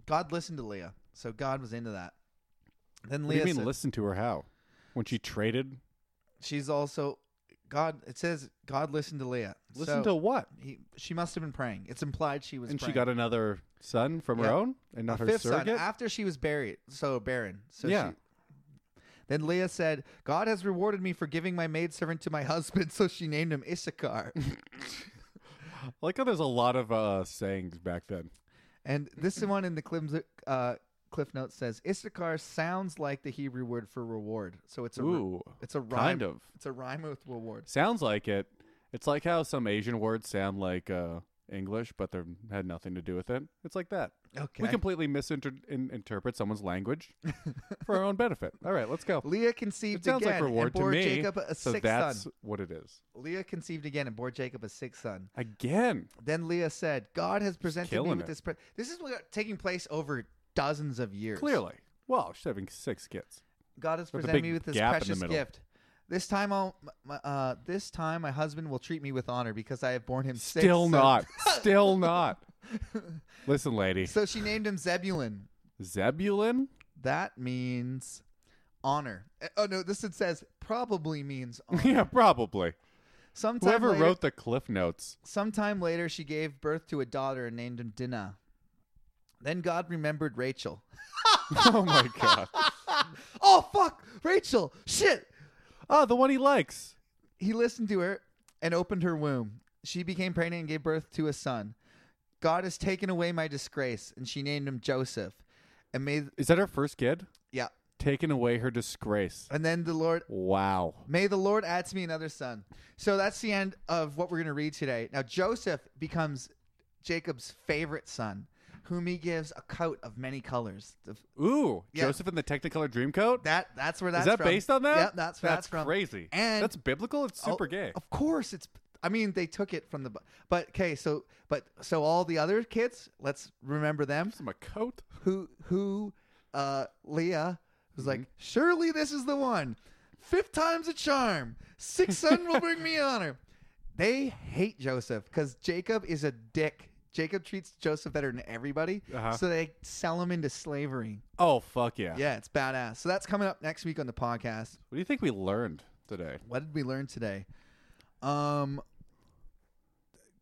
Speaker 2: God listened to Leah, so God was into that. Then
Speaker 1: What do
Speaker 2: Leah,
Speaker 1: you mean?
Speaker 2: said-
Speaker 1: Listen to her how? When she traded,
Speaker 2: she's also God. It says God listened to Leah.
Speaker 1: listen to what?
Speaker 2: he, she must have been praying. It's implied she was.
Speaker 1: And she
Speaker 2: praying.
Speaker 1: got another son from
Speaker 2: Yeah.
Speaker 1: her own, and
Speaker 2: a
Speaker 1: not her
Speaker 2: fifth
Speaker 1: surrogate.
Speaker 2: son after she was buried, so barren. So
Speaker 1: Yeah.
Speaker 2: She, then Leah said, "God has rewarded me for giving my maidservant to my husband." So she named him Issachar.
Speaker 1: I like how there's a lot of uh, sayings back then.
Speaker 2: And this one in the Cliff, uh, Cliff Notes says Issachar sounds like the Hebrew word for reward, so it's a ri-
Speaker 1: Ooh,
Speaker 2: it's a rhyme.
Speaker 1: kind of.
Speaker 2: It's a rhyme with reward.
Speaker 1: Sounds like it. It's like how some Asian words sound like uh, English, but they had nothing to do with it. It's like that.
Speaker 2: Okay.
Speaker 1: We completely misinterpret in- interpret someone's language for our own benefit. All right, let's go.
Speaker 2: Leah conceived
Speaker 1: It sounds
Speaker 2: again
Speaker 1: like reward
Speaker 2: and
Speaker 1: to
Speaker 2: bore
Speaker 1: me.
Speaker 2: Jacob a
Speaker 1: so
Speaker 2: sixth
Speaker 1: that's
Speaker 2: son.
Speaker 1: what it is.
Speaker 2: Leah conceived again and bore Jacob a sixth son.
Speaker 1: Again,
Speaker 2: Then Leah said, "God has presented me
Speaker 1: killing
Speaker 2: with
Speaker 1: it.
Speaker 2: this. Pre- this is what, taking place over dozens of years.
Speaker 1: clearly. Well, she's having six kids.
Speaker 2: God has
Speaker 1: With a
Speaker 2: presented
Speaker 1: big
Speaker 2: me with this
Speaker 1: gap in the
Speaker 2: precious
Speaker 1: middle.
Speaker 2: gift. This time, I'll, my, uh, this time, my husband will treat me with honor because I have borne him six.
Speaker 1: Still
Speaker 2: sons."
Speaker 1: not. Still not. Listen, lady.
Speaker 2: So she named him Zebulun.
Speaker 1: Zebulun?
Speaker 2: That means honor. Uh, Oh no, this it says probably means honor.
Speaker 1: yeah, probably.
Speaker 2: Sometime
Speaker 1: Whoever
Speaker 2: later,
Speaker 1: wrote the cliff notes.
Speaker 2: Sometime later, she gave birth to a daughter and named him Dinah. Then God remembered Rachel.
Speaker 1: oh my god.
Speaker 2: Oh fuck, Rachel! Shit.
Speaker 1: Oh, the one he likes.
Speaker 2: He listened to her and opened her womb. She became pregnant and gave birth to a son. God has taken away my disgrace, and she named him Joseph. And may
Speaker 1: Is that her first kid?
Speaker 2: yeah,
Speaker 1: Taking away her disgrace.
Speaker 2: and then the Lord
Speaker 1: Wow.
Speaker 2: May the Lord add to me another son. So that's the end of what we're going to read today. Now, Joseph becomes Jacob's favorite son, whom he gives a coat of many colors. The-
Speaker 1: Ooh,
Speaker 2: Yeah.
Speaker 1: Joseph in the Technicolor Dreamcoat.
Speaker 2: That that's where that's
Speaker 1: Is that
Speaker 2: from.
Speaker 1: based on that?
Speaker 2: Yep, that's where that's, from.
Speaker 1: crazy.
Speaker 2: And
Speaker 1: that's biblical. It's super
Speaker 2: Oh,
Speaker 1: gay.
Speaker 2: Of course, it's. I mean, they took it from the. bu- But okay, so but so all the other kids, let's remember them.
Speaker 1: Some a coat.
Speaker 2: Who who, uh, Leah was
Speaker 1: Mm-hmm.
Speaker 2: like, surely this is the one. Fifth time's a charm. Sixth son will bring me honor. They hate Joseph because Jacob is a dick. Jacob treats Joseph better than everybody,
Speaker 1: Uh-huh.
Speaker 2: so they sell him into slavery.
Speaker 1: Oh fuck yeah.
Speaker 2: Yeah, it's badass. So that's coming up next week on the podcast.
Speaker 1: What do you think we learned today?
Speaker 2: What did we learn today? Um,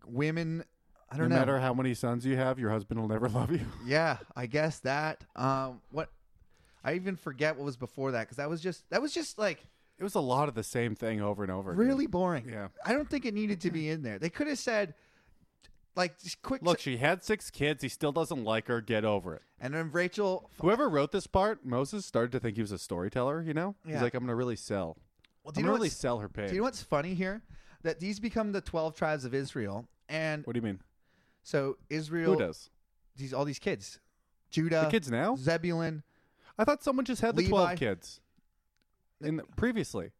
Speaker 2: women. I
Speaker 1: No
Speaker 2: don't know.
Speaker 1: matter how many sons you have, your husband will never love you.
Speaker 2: Yeah, I guess that. Um, what? I even forget what was before that because that was just that was just like
Speaker 1: It was a lot of the same thing over and over. again.
Speaker 2: really boring.
Speaker 1: Yeah.
Speaker 2: I don't think it needed to be in there. They could have said, like, just quick.
Speaker 1: Look, she had six kids. He still doesn't like her. Get over it.
Speaker 2: and then Rachel.
Speaker 1: Whoever wrote this part, Moses started to think he was a storyteller. You know, he's
Speaker 2: Yeah.
Speaker 1: like, I'm gonna really sell.
Speaker 2: Well, do you
Speaker 1: I'm gonna
Speaker 2: know
Speaker 1: really
Speaker 2: what's,
Speaker 1: sell her pig.
Speaker 2: do you know what's funny here? That these become the twelve tribes of Israel, and
Speaker 1: what do you mean?
Speaker 2: so Israel.
Speaker 1: Who does?
Speaker 2: These all these kids,
Speaker 1: The
Speaker 2: Judah,
Speaker 1: kids now?
Speaker 2: Zebulun.
Speaker 1: I thought someone just had the
Speaker 2: Levi.
Speaker 1: twelve kids. In the, previously,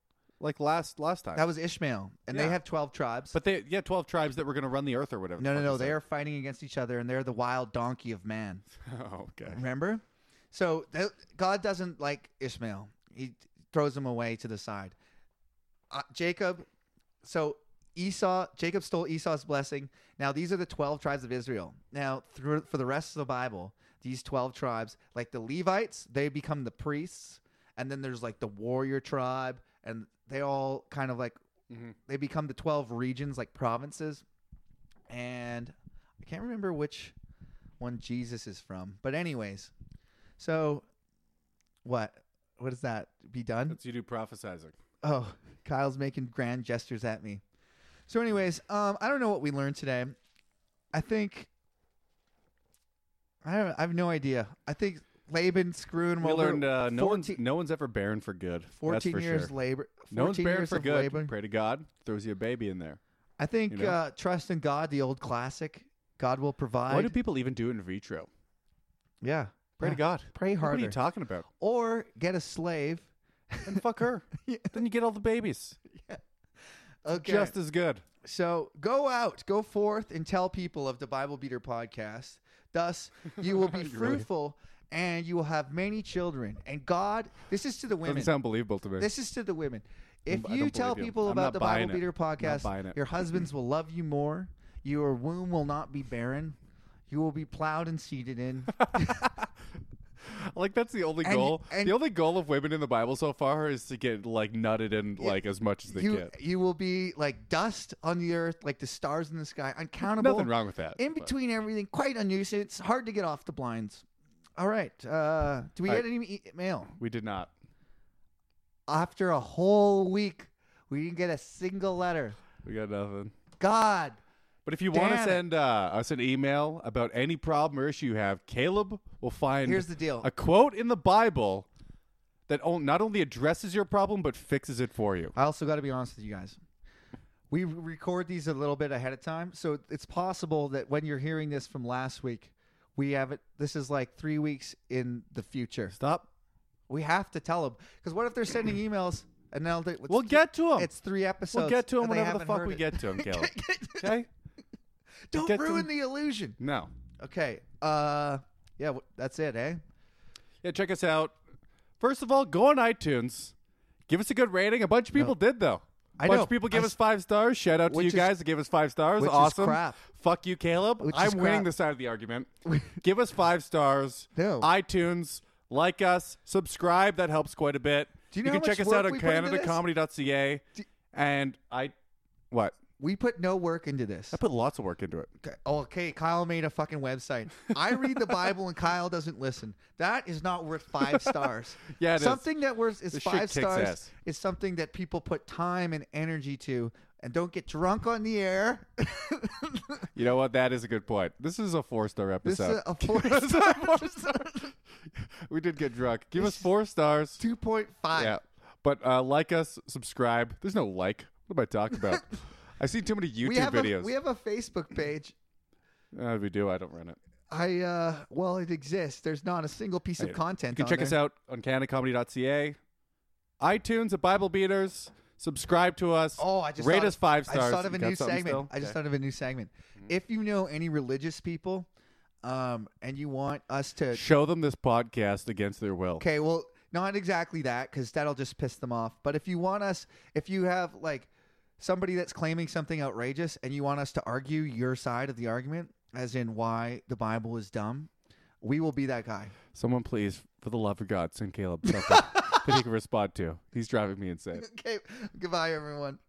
Speaker 1: like last last time,
Speaker 2: That was Ishmael, and they
Speaker 1: Yeah.
Speaker 2: have twelve tribes.
Speaker 1: but they yeah twelve tribes that were going to run the earth or whatever.
Speaker 2: No, no, no. They are fighting against each other, and they're the wild donkey of man.
Speaker 1: oh, okay.
Speaker 2: Remember? So th- God doesn't like Ishmael. He throws him away to the side. Uh, Jacob. So Esau. Jacob stole Esau's blessing. Now these are the twelve tribes of Israel. Now through for the rest of the Bible, these twelve tribes, like the Levites, they become the priests, and then there's like the warrior tribe, and they all kind of like
Speaker 1: Mhm.
Speaker 2: they become the 12 regions like provinces and i can't remember which one jesus is from but anyways so what what is that be done
Speaker 1: That's you do prophesizing.
Speaker 2: oh kyle's making grand gestures at me so anyways um i don't know what we learned today i think i don't i have no idea i think laban screwing him
Speaker 1: We
Speaker 2: over
Speaker 1: learned uh, no one's
Speaker 2: 14
Speaker 1: no one's ever barren for good. That's
Speaker 2: 14
Speaker 1: for
Speaker 2: years
Speaker 1: Sure.
Speaker 2: labor 14
Speaker 1: No one's barren
Speaker 2: years
Speaker 1: for
Speaker 2: of
Speaker 1: good.
Speaker 2: labor.
Speaker 1: Pray to God. Throws you a baby in there.
Speaker 2: I think
Speaker 1: You know?
Speaker 2: uh, trust in God, the old classic. God will provide.
Speaker 1: Why do people even do in vitro?
Speaker 2: yeah.
Speaker 1: Pray
Speaker 2: Yeah.
Speaker 1: to God.
Speaker 2: Ah, Pray
Speaker 1: What are
Speaker 2: harder.
Speaker 1: you talking about?
Speaker 2: or get a slave.
Speaker 1: And fuck her. Then you get all the babies.
Speaker 2: Okay.
Speaker 1: Just as good.
Speaker 2: so go out, go forth, and tell people of the Bible Beater podcast. Thus, you will be
Speaker 1: You really-
Speaker 2: fruitful and you will have many children. And God, this is to the women.
Speaker 1: Doesn't sound believable to me.
Speaker 2: This is to the women. If
Speaker 1: I
Speaker 2: you
Speaker 1: don't
Speaker 2: tell
Speaker 1: believe you.
Speaker 2: people
Speaker 1: I'm
Speaker 2: about
Speaker 1: not
Speaker 2: the
Speaker 1: buying
Speaker 2: Bible
Speaker 1: it.
Speaker 2: Beater
Speaker 1: I'm not buying
Speaker 2: podcast,
Speaker 1: it.
Speaker 2: your husbands will love you more. Your womb will not be barren. You will be plowed and seeded in.
Speaker 1: Like that's the only
Speaker 2: And-
Speaker 1: goal.
Speaker 2: and-
Speaker 1: the only goal of women in the Bible so far is to get like nutted in like as much as they
Speaker 2: you,
Speaker 1: get.
Speaker 2: you will be like dust on the earth, like the stars in the sky, uncountable.
Speaker 1: Nothing wrong with that.
Speaker 2: In
Speaker 1: but-
Speaker 2: between everything, quite a nuisance. Hard to get off the blinds. All right. Uh, do we
Speaker 1: All
Speaker 2: get any e- mail?
Speaker 1: we did not.
Speaker 2: After a whole week, we didn't get a single letter.
Speaker 1: We got nothing.
Speaker 2: God.
Speaker 1: But if you want to
Speaker 2: Damn it.
Speaker 1: send uh, us an email about any problem or issue you have, Caleb will find
Speaker 2: Here's the deal.
Speaker 1: a quote in the Bible that on- not only addresses your problem but fixes it for you.
Speaker 2: Uh, I also got to be honest with you guys. We record these a little bit ahead of time, so it's possible that when you're hearing this from last week, we have it. This is like three weeks in the future.
Speaker 1: Stop.
Speaker 2: We have to tell them because what if they're sending emails and now they,
Speaker 1: We'll get to them.
Speaker 2: It's three episodes.
Speaker 1: we'll get to them
Speaker 2: and they
Speaker 1: whenever the
Speaker 2: haven't
Speaker 1: fuck
Speaker 2: heard
Speaker 1: we
Speaker 2: it.
Speaker 1: get to them, Caleb. okay?
Speaker 2: Don't
Speaker 1: get to
Speaker 2: ruin
Speaker 1: 'em.
Speaker 2: the illusion.
Speaker 1: No.
Speaker 2: Okay. Uh, yeah, w- that's it, eh?
Speaker 1: Yeah, check us out. First of all, go on iTunes. Give us a good rating. A bunch of people did though. A
Speaker 2: I
Speaker 1: bunch
Speaker 2: know.
Speaker 1: of people
Speaker 2: I
Speaker 1: give
Speaker 2: s-
Speaker 1: us five stars. Shout out to
Speaker 2: Which
Speaker 1: you
Speaker 2: is-
Speaker 1: guys that gave us five stars.
Speaker 2: which is
Speaker 1: awesome.
Speaker 2: crap.
Speaker 1: Fuck you, Caleb.
Speaker 2: Which
Speaker 1: I'm
Speaker 2: is
Speaker 1: winning
Speaker 2: crap.
Speaker 1: this side of the argument. give us five stars.
Speaker 2: No.
Speaker 1: iTunes. Like us. Subscribe. That helps quite a bit.
Speaker 2: Do you know
Speaker 1: can
Speaker 2: how
Speaker 1: check
Speaker 2: much
Speaker 1: us out
Speaker 2: work
Speaker 1: on
Speaker 2: we put into this?
Speaker 1: CanadaComedy.ca. And I, what?
Speaker 2: We put no work into this.
Speaker 1: I put lots of work into it.
Speaker 2: Okay, okay, Kyle made a fucking website. I read the Bible and Kyle doesn't listen. That is not worth five stars.
Speaker 1: Yeah, it is.
Speaker 2: something that worth is
Speaker 1: This shit
Speaker 2: five
Speaker 1: kicks
Speaker 2: stars
Speaker 1: ass.
Speaker 2: is something that people put time and energy to, and don't get drunk on the air.
Speaker 1: You know what? That is a good point. This is a four star
Speaker 2: this
Speaker 1: episode.
Speaker 2: is a four
Speaker 1: This is a
Speaker 2: star.
Speaker 1: four we did get drunk. Give us four stars.
Speaker 2: Two point five.
Speaker 1: Yeah. But uh, like us, subscribe. There's no like. What am I talking about? I've seen too many YouTube
Speaker 2: we have
Speaker 1: videos.
Speaker 2: A, we have a Facebook page.
Speaker 1: Uh, we do. I don't run it.
Speaker 2: I uh, well, it exists. There's not a single piece of content.
Speaker 1: You can
Speaker 2: on
Speaker 1: check us
Speaker 2: there.
Speaker 1: out on canadaComedy.ca, iTunes at Bible Beaters. Subscribe to us.
Speaker 2: Oh, I just
Speaker 1: rate
Speaker 2: thought
Speaker 1: us five stars.
Speaker 2: I just thought of
Speaker 1: You
Speaker 2: a
Speaker 1: got
Speaker 2: new
Speaker 1: something
Speaker 2: segment.
Speaker 1: still?
Speaker 2: I just
Speaker 1: Okay. Mm-hmm.
Speaker 2: thought of a new segment. If you know any religious people, um, and you want us to,
Speaker 1: show them this podcast against their will.
Speaker 2: okay, well, not exactly that because that'll just piss them off. But if you want us, if you have like somebody that's claiming something outrageous and you want us to argue your side of the argument, as in why the Bible is dumb, we will be that guy.
Speaker 1: Someone, please, for the love of God, send Caleb something that he can respond to. He's driving me insane.
Speaker 2: Okay, goodbye, everyone.